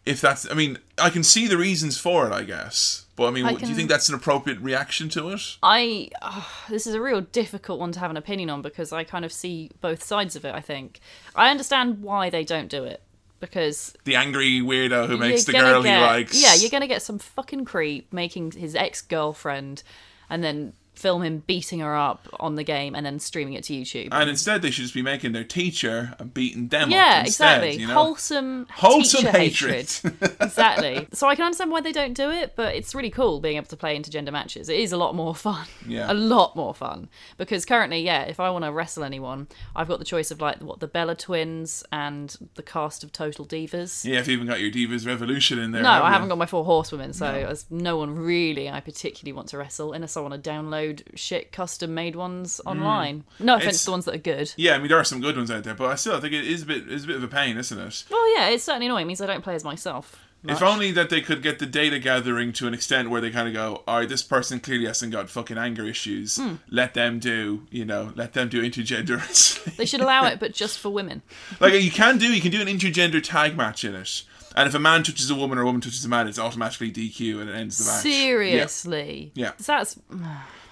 if that's. I mean, I can see the reasons for it, I guess. But I mean, I do you can- think that's an appropriate reaction to it? I ah, this is a real difficult one to have an opinion on because I kind of see both sides of it. I think I understand why they don't do it because the angry weirdo who makes the you're gonna girl get, he likes. Yeah, you're gonna get some fucking creep making his ex girlfriend, and then film him beating her up on the game and then streaming it to YouTube. and instead, they should just be making their teacher and beating them yeah, up instead. exactly. You know? Wholesome, Wholesome teacher hatred. hatred. exactly. So I can understand why they don't do it, but it's really cool being able to play intergender matches. It is a lot more fun. Yeah. A lot more fun because currently, yeah, if I want to wrestle anyone, I've got the choice of like what the Bella Twins and the cast of Total Divas. yeah, if you even got your Divas Revolution in there. No, I haven't got my four horsewomen, so there's no one really I particularly want to wrestle unless I want to download shit custom made ones online. No offense Mm. It's- to the ones that are good. Yeah, I mean there are some good ones out there, but I still think it is a bit is a bit of a pain, isn't it? Well, yeah, it's certainly annoying. It means I don't play as myself. If only that they could get the data gathering to an extent where they kind of go, all right, this person clearly hasn't got fucking anger issues. Hmm. Let them do, you know, let them do intergender wrestling. They should allow it, but just for women. Like you can do, you can do an intergender tag match in it, and if a man touches a woman or a woman touches a man, it's automatically DQ and it ends the match. Yeah. Seriously. Yeah. So that's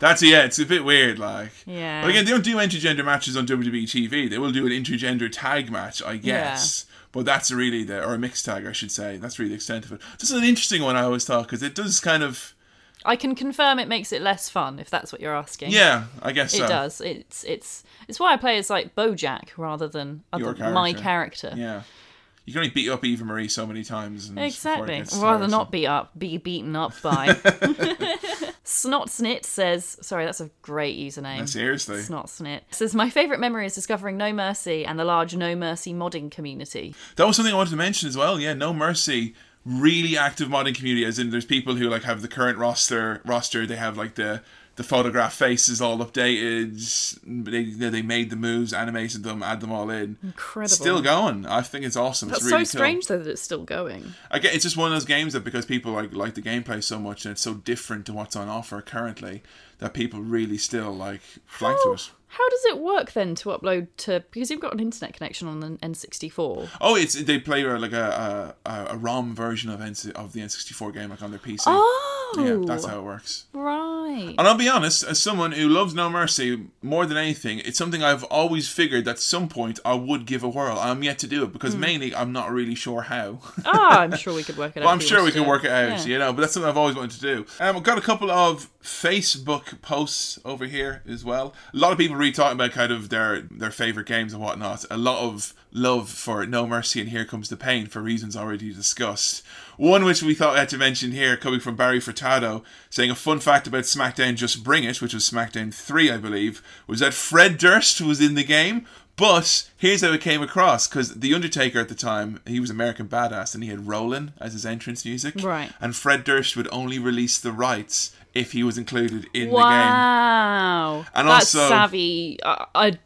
That's yeah, it's a bit weird, like. Yeah. But again, they don't do intergender matches on WWE TV. They will do an intergender tag match, I guess. But that's really the or a mixed tag, I should say. That's really the extent of it. This is an interesting one. I always thought because it does kind of I can confirm it makes it less fun if that's what you're asking. yeah, I guess It so. does. It's it's it's why I play as like BoJack rather than other, Your character. my character. Yeah. You can only beat up Eva Marie so many times. And before it Exactly. gets Rather tiresome. not be up, be beaten up by. Snotsnit says, sorry, that's a great username. Seriously. Snotsnit says, my favourite memory is discovering No Mercy and the large No Mercy modding community. That was something I wanted to mention as well. Yeah, No Mercy, really active modding community. As in, there's people who like have the current roster. Roster, they have like the the photograph faces all updated. They they made the moves, animated them, add them all in. Incredible. Still going. I think it's awesome. That's it's really so cool. strange though that it's still going. I get it's just one of those games that because people like like the gameplay so much and it's so different to what's on offer currently that people really still like flank to it. How does it work then to upload to because you've got an internet connection on an N64? Oh, it's Oh, they play uh, like a a, a- a ROM version of N- of the N64 game like on their PC. Yeah, that's how it works. right. And I'll be honest, as someone who loves No Mercy more than anything, it's something I've always figured that some point I would give a whirl. I'm yet to do it because mainly I'm not really sure how. Ah, I'm sure we could work it out. Well, I'm if you sure we wanted can to. work it out, Yeah. you know. But that's something I've always wanted to do. Um, I've got a couple of Facebook posts over here as well. A lot of people really talking about kind of their their favorite games and whatnot. A lot of love for No Mercy and Here Comes the Pain for reasons already discussed. One which we thought I had to mention here, coming from Barry Furtado, saying a fun fact about SmackDown Just Bring It, which was SmackDown 3, I believe, was that Fred Durst was in the game, but here's how it came across because The Undertaker at the time, he was American Badass and he had Rollin' as his entrance music. Right. And Fred Durst would only release the rights if he was included in the game. Wow. And That's also- savvy. I, I,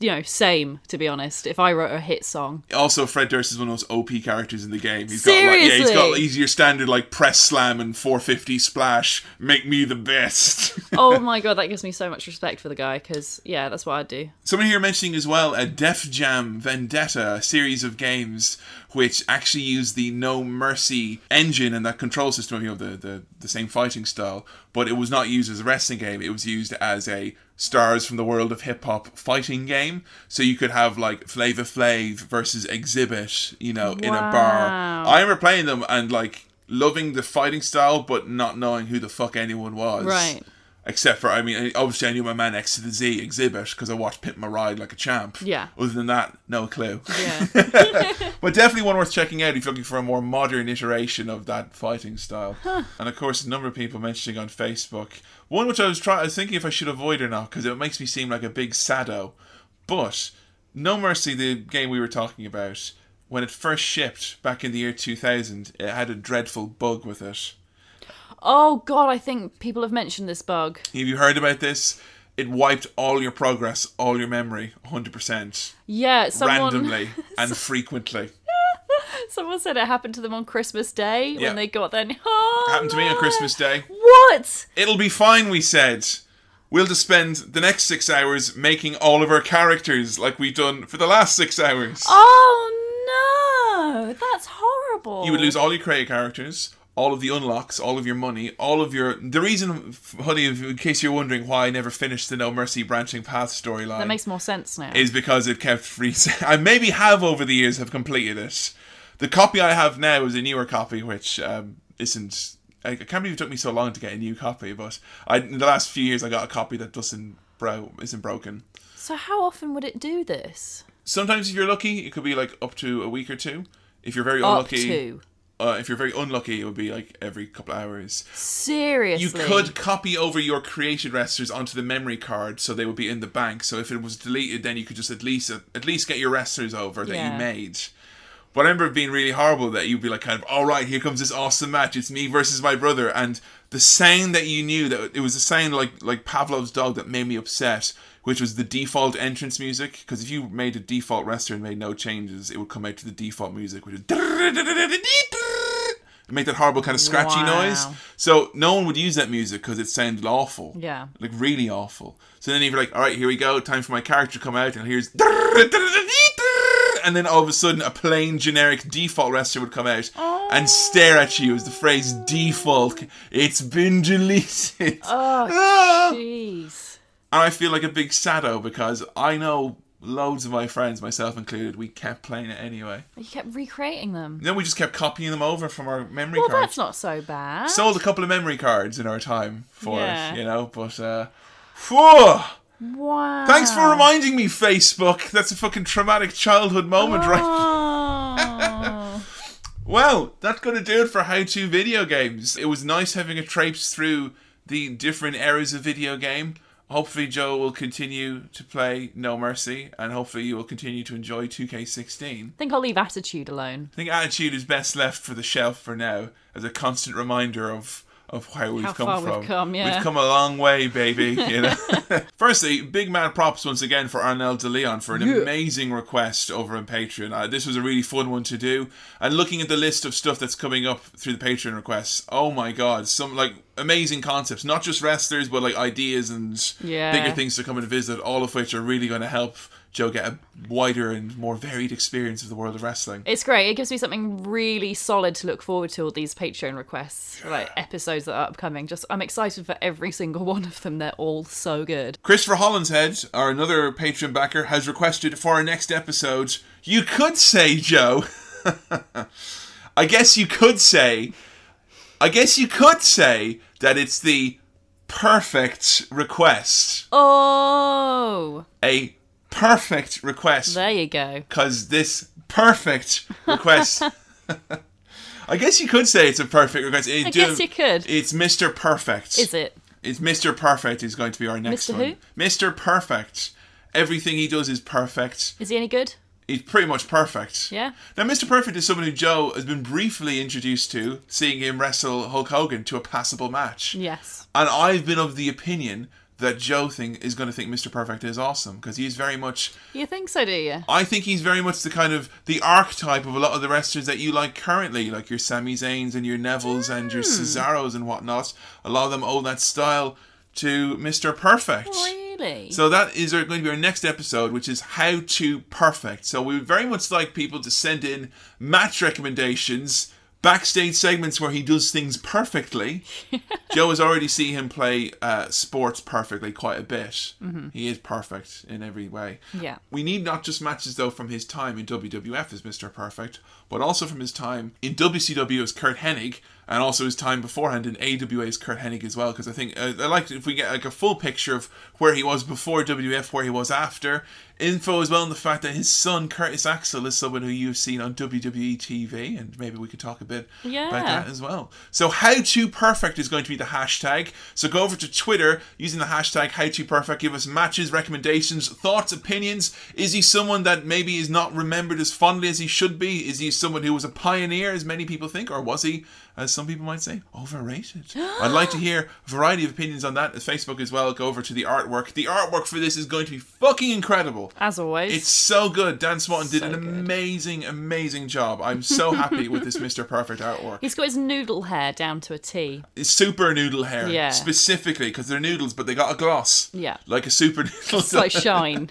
you know, same to be honest. If I wrote a hit song, Also, Fred Durst is one of those OP characters in the game. He's got like yeah, he's got Seriously? he's your standard like press slam and 450 splash, make me the best. oh my god, that gives me so much respect for the guy. Because yeah, that's what I'd do. Someone here mentioning as well a Def Jam Vendetta series of games which actually use the No Mercy engine and that control system, you know, the, the, the same fighting style, but it was not used as a wrestling game. It was used as a stars from the world of hip hop fighting game. So you could have like Flavor Flav versus Exhibit, you know, in a bar. Wow. I remember playing them and like loving the fighting style, but not knowing who the fuck anyone was. Right. Except for, I mean, obviously I knew my man X to the Z exhibit because I watched Pimp My Ride like a champ. Yeah. Other than that, no clue. Yeah. but definitely one worth checking out if you're looking for a more modern iteration of that fighting style. And of course, a number of people mentioning on Facebook one which I was trying, I was thinking if I should avoid or not because it makes me seem like a big sado. But No Mercy, the game we were talking about, when it first shipped back in the year 2000, it had a dreadful bug with it. oh god, I think people have mentioned this bug. Have you heard about this? It wiped all your progress, all your memory, 100%, Yeah, someone randomly and frequently. someone said it happened to them on Christmas Day Yeah. when they got their. Oh, Happened to me on no. Christmas Day. What? It'll be fine, we said. We'll just spend the next six hours making all of our characters like we've done for the last six hours. Oh no, that's horrible. You would lose all your creator characters, all of the unlocks, all of your money, all of your. The reason, f- honey, if- in case you're wondering why I never finished the No Mercy Branching Path storyline. That makes more sense now. is because it kept freezing. I maybe have over the years have completed it. The copy I have now is a newer copy, which um, isn't. I, I can't believe it took me so long to get a new copy, but I, in the last few years I got a copy that doesn't bro isn't broken. so how often would it do this? Sometimes if you're lucky, it could be like up to a week or two. If you're very Up unlucky, to Uh, if you're very unlucky, it would be like every couple hours. seriously. You could copy over your created resters onto the memory card, so they would be in the bank. So if it was deleted, then you could just at least at least get your resters over that you Yeah. made. But I remember it being really horrible that you'd be like, kind of, all right, here comes this awesome match. It's me versus my brother, and the sound that you knew that it was the sound like like Pavlov's dog that made me upset, which was the default entrance music. Because if you made a default rester and made no changes, it would come out to the default music, which is it made that horrible kind of scratchy Wow. noise. So no one would use that music because it sounded awful. Yeah. Like really awful. So then if you're like, all right, here we go, time for my character to come out, and here's. And then all of a sudden, a plain generic default wrestler would come out Oh. and stare at you as the phrase default. It's been deleted. Oh, Ah. Jeez. And I feel like a big sado because I know loads of my friends, myself included, we kept playing it anyway. You kept recreating them. Then we just kept copying them over from our memory Well, cards. that's not so bad. sold a couple of memory cards in our time for Yeah. it, you know. But uh, phew, wow. thanks for reminding me, Facebook. That's a fucking traumatic childhood moment, right? Oh. Well, that's gonna do it for how to video games. It was nice having a traipse through the different eras of video game. Hopefully, Joe will continue to play No Mercy, and hopefully, you will continue to enjoy 2K16. I think I'll leave attitude alone. I think attitude is best left for the shelf for now, as a constant reminder of of how we've How come far we've from. come, yeah. We've come a long way, baby. You know. Firstly, big man props once again for Arnel de Leon for an amazing request over on Patreon. Uh, this was a really fun one to do. And looking at the list of stuff that's coming up through the Patreon requests, oh my god, some like amazing concepts, not just wrestlers, but like ideas and Yeah. bigger things to come and visit, all of which are really going to help Joe get a wider and more varied experience of the world of wrestling. It's great. It gives me something really solid to look forward to. All these Patreon requests, like episodes that are upcoming. Just I'm excited for every single one of them. They're all so good. Christopher Hollinshead, our another patron backer, has requested for our next episode. You could say, Joe. I guess you could say. I guess you could say that it's the perfect request. Oh, A perfect request. there you go. Because this perfect request. I guess you could say it's a perfect request. It I do- guess you could. It's Mr. Perfect. Is it? It's Mr. Perfect is going to be our next Mr. one. Mr. Perfect. Everything he does is perfect. Is he any good? He's pretty much perfect. Yeah. Now, Mr. Perfect is someone who Joe has been briefly introduced to, seeing him wrestle Hulk Hogan to a passable match. Yes. And I've been of the opinion that Joe thing is going to think Mr. Perfect is awesome because he's very much. You think so, do you? I think he's very much the kind of the archetype of a lot of the wrestlers that you like currently, like your Sami Zayn's and your Neville's and your Cesaro's and whatnot. A lot of them owe that style to Mr. Perfect. Really? So that is our- going to be our next episode, which is how to perfect. So we would very much like people to send in match recommendations, backstage segments where he does things perfectly. Joe has already seen him play uh, sports perfectly quite a bit. He is perfect in every way. Yeah. We need not just matches though from his time in WWF as Mr. Perfect, but also from his time in WCW as Kurt Hennig, and also his time beforehand in AWA as Kurt Hennig as well. Because I think uh, I like if we get like a full picture of where he was before WWF, where he was after. Info as well on the fact that his son Curtis Axel is someone who you've seen on WWE TV, and maybe we could talk a bit Yeah. about that as well. So how to perfect is going to be the hashtag. So go over to Twitter using the hashtag how to perfect. Give us matches, recommendations, thoughts, opinions. Is he someone that maybe is not remembered as fondly as he should be? Is he someone who was a pioneer, as many people think, or was he, as some people might say, overrated? I'd like to hear a variety of opinions on that. At Facebook as well. Go over to the artwork. The artwork for this is going to be fucking incredible. As always. It's so good. Dan Swanton did So an good. amazing, amazing job. I'm so happy with this Mr. Perfect artwork. He's got his noodle hair down to a T. super noodle hair Yeah. specifically because they're noodles but they got a gloss Yeah. like a super noodle It's like shine.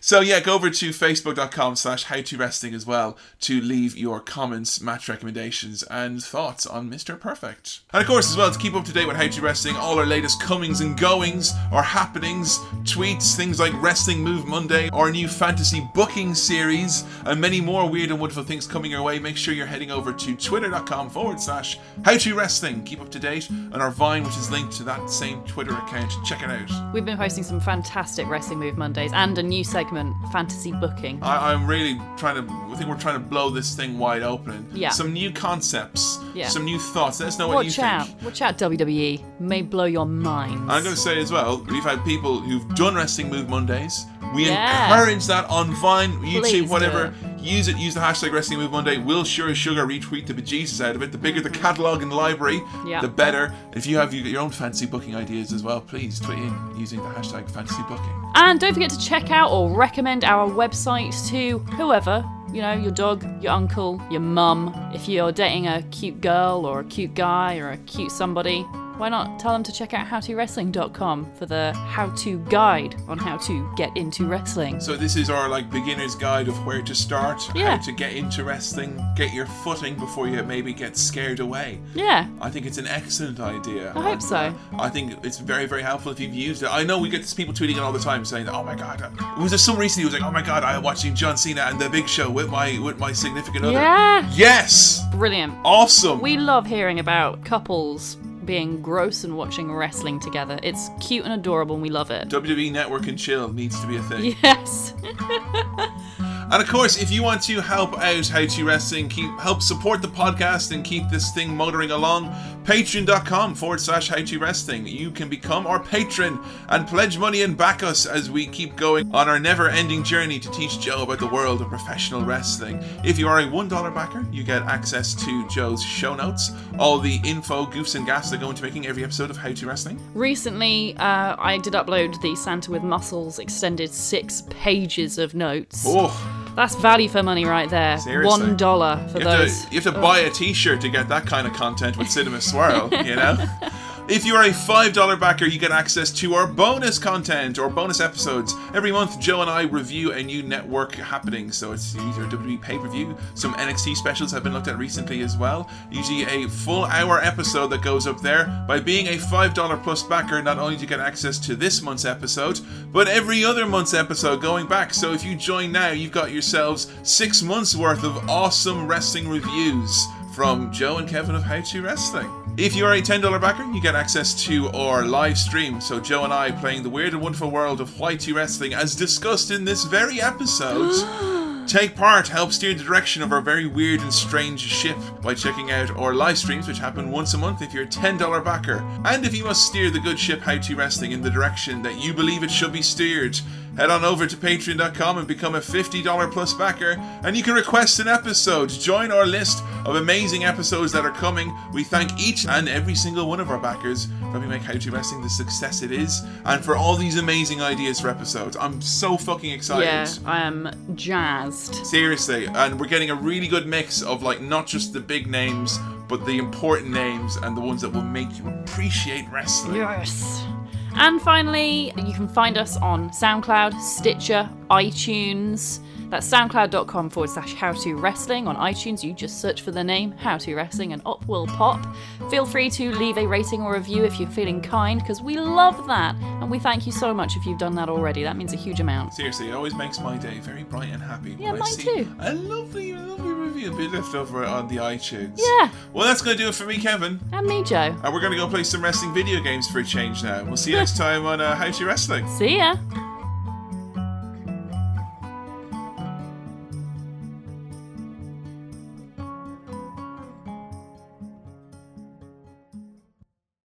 so yeah go over to facebook.com slash how to wrestling as well to leave your comments match recommendations and thoughts on mr perfect and of course as well to keep up to date with how to wrestling all our latest comings and goings or happenings tweets things like wrestling move monday our new fantasy booking series and many more weird and wonderful things coming your way make sure you're heading over to twitter.com forward slash how to wrestling keep up to date and our vine which is linked to that same twitter account check it out We've been posting some fantastic Wrestling Move Mondays and a new segment, Fantasy Booking. I, I'm really trying to. I think we're trying to blow this thing wide open. Yeah. Some new concepts. Yeah. Some new thoughts. Let us know what you Watch think. out. Watch out, WWE. May blow your minds. I'm going to say as well, we've had people who've done Wrestling Move Mondays. We Yeah. encourage that on Vine, YouTube, Please do. whatever. Use it. Use the hashtag Wrestling Move Monday. We'll sure as sugar retweet the bejesus out of it. The bigger the catalogue in the library, Yeah. the better. If you have you- your own fancy booking ideas as well, please tweet in using the hashtag fantasy booking. And don't forget to check out or recommend our website to whoever, you know, your dog, your uncle, your mum. If you're dating a cute girl or a cute guy or a cute somebody, why not tell them to check out howtowrestling.com for the how to guide on how to get into wrestling. So this is our like beginner's guide of where to start, Yeah. how to get into wrestling, get your footing before you maybe get scared away. Yeah. I think it's an excellent idea. I hope so. I think it's very, very helpful if you've used it. I know we get these people tweeting it all the time saying, "Oh my god!" uh, Was there some recently who was like, "Oh my god, I watching John Cena and The Big Show with my with my significant other." Yeah. Yes. Brilliant. Awesome. We love hearing about couples being gross and watching wrestling together. It's cute and adorable and we love it. WWE E Network and Chill needs to be a thing. Yes. And of course, if you want to help out How To Wrestling, keep help support the podcast and keep this thing motoring along, patreon.com forward slash How To Wrestling. You can become our patron and pledge money and back us as we keep going on our never ending journey to teach Joe about the world of professional wrestling. If you are a $1 backer, you get access to Joe's show notes, all the info, goofs, and gaffs that go into making every episode of How To Wrestling. Recently, uh, I did upload the Santa with Muscles extended six pages of notes. Oh, That's value for money right there. Seriously. One dollar for you have those. to, you have to buy a t shirt to get that kind of content with Cinema Swirl, you know? If you are a $5 backer, you get access to our bonus content or bonus episodes. Every month, Joe and I review a new network happening. So it's usually a WWE pay per view. Some NXT specials have been looked at recently as well. Usually a full hour episode that goes up there. By being a $5 plus backer, not only do you get access to this month's episode, but every other month's episode going back. So if you join now, you've got yourselves six months worth of awesome wrestling reviews from Joe and Kevin of How to Wrestling. If you are a $10 backer, you get access to our live stream. So, Joe and I playing the weird and wonderful world of Why to Wrestling as discussed in this very episode. Take part, help steer the direction of our very weird and strange ship by checking out our live streams, which happen once a month if you're a $10 backer. And if you must steer the good ship How to Wrestling in the direction that you believe it should be steered, head on over to patreon.com and become a $50 plus backer and you can request an episode join our list of amazing episodes that are coming we thank each and every single one of our backers for helping make how to wrestling the success it is and for all these amazing ideas for episodes i'm so fucking excited Yeah, I am jazzed. seriously and we're getting a really good mix of like not just the big names but the important names and the ones that will make you appreciate wrestling Yes. And finally, you can find us on SoundCloud, Stitcher, iTunes. That's soundcloud.com forward slash how to wrestling. On iTunes, you just search for the name how to wrestling and up will pop. Feel free to leave a rating or review if you're feeling kind because we love that. And we thank you so much if you've done that already. That means a huge amount. Seriously, it always makes my day very bright and happy. Yeah, when I mine see too. A lovely, lovely review be left over on the iTunes. Yeah. Well, that's going to do it for me, Kevin. And me, Joe. And we're going to go play some wrestling video games for a change now. We'll see you next time on uh, How to Wrestling. See ya.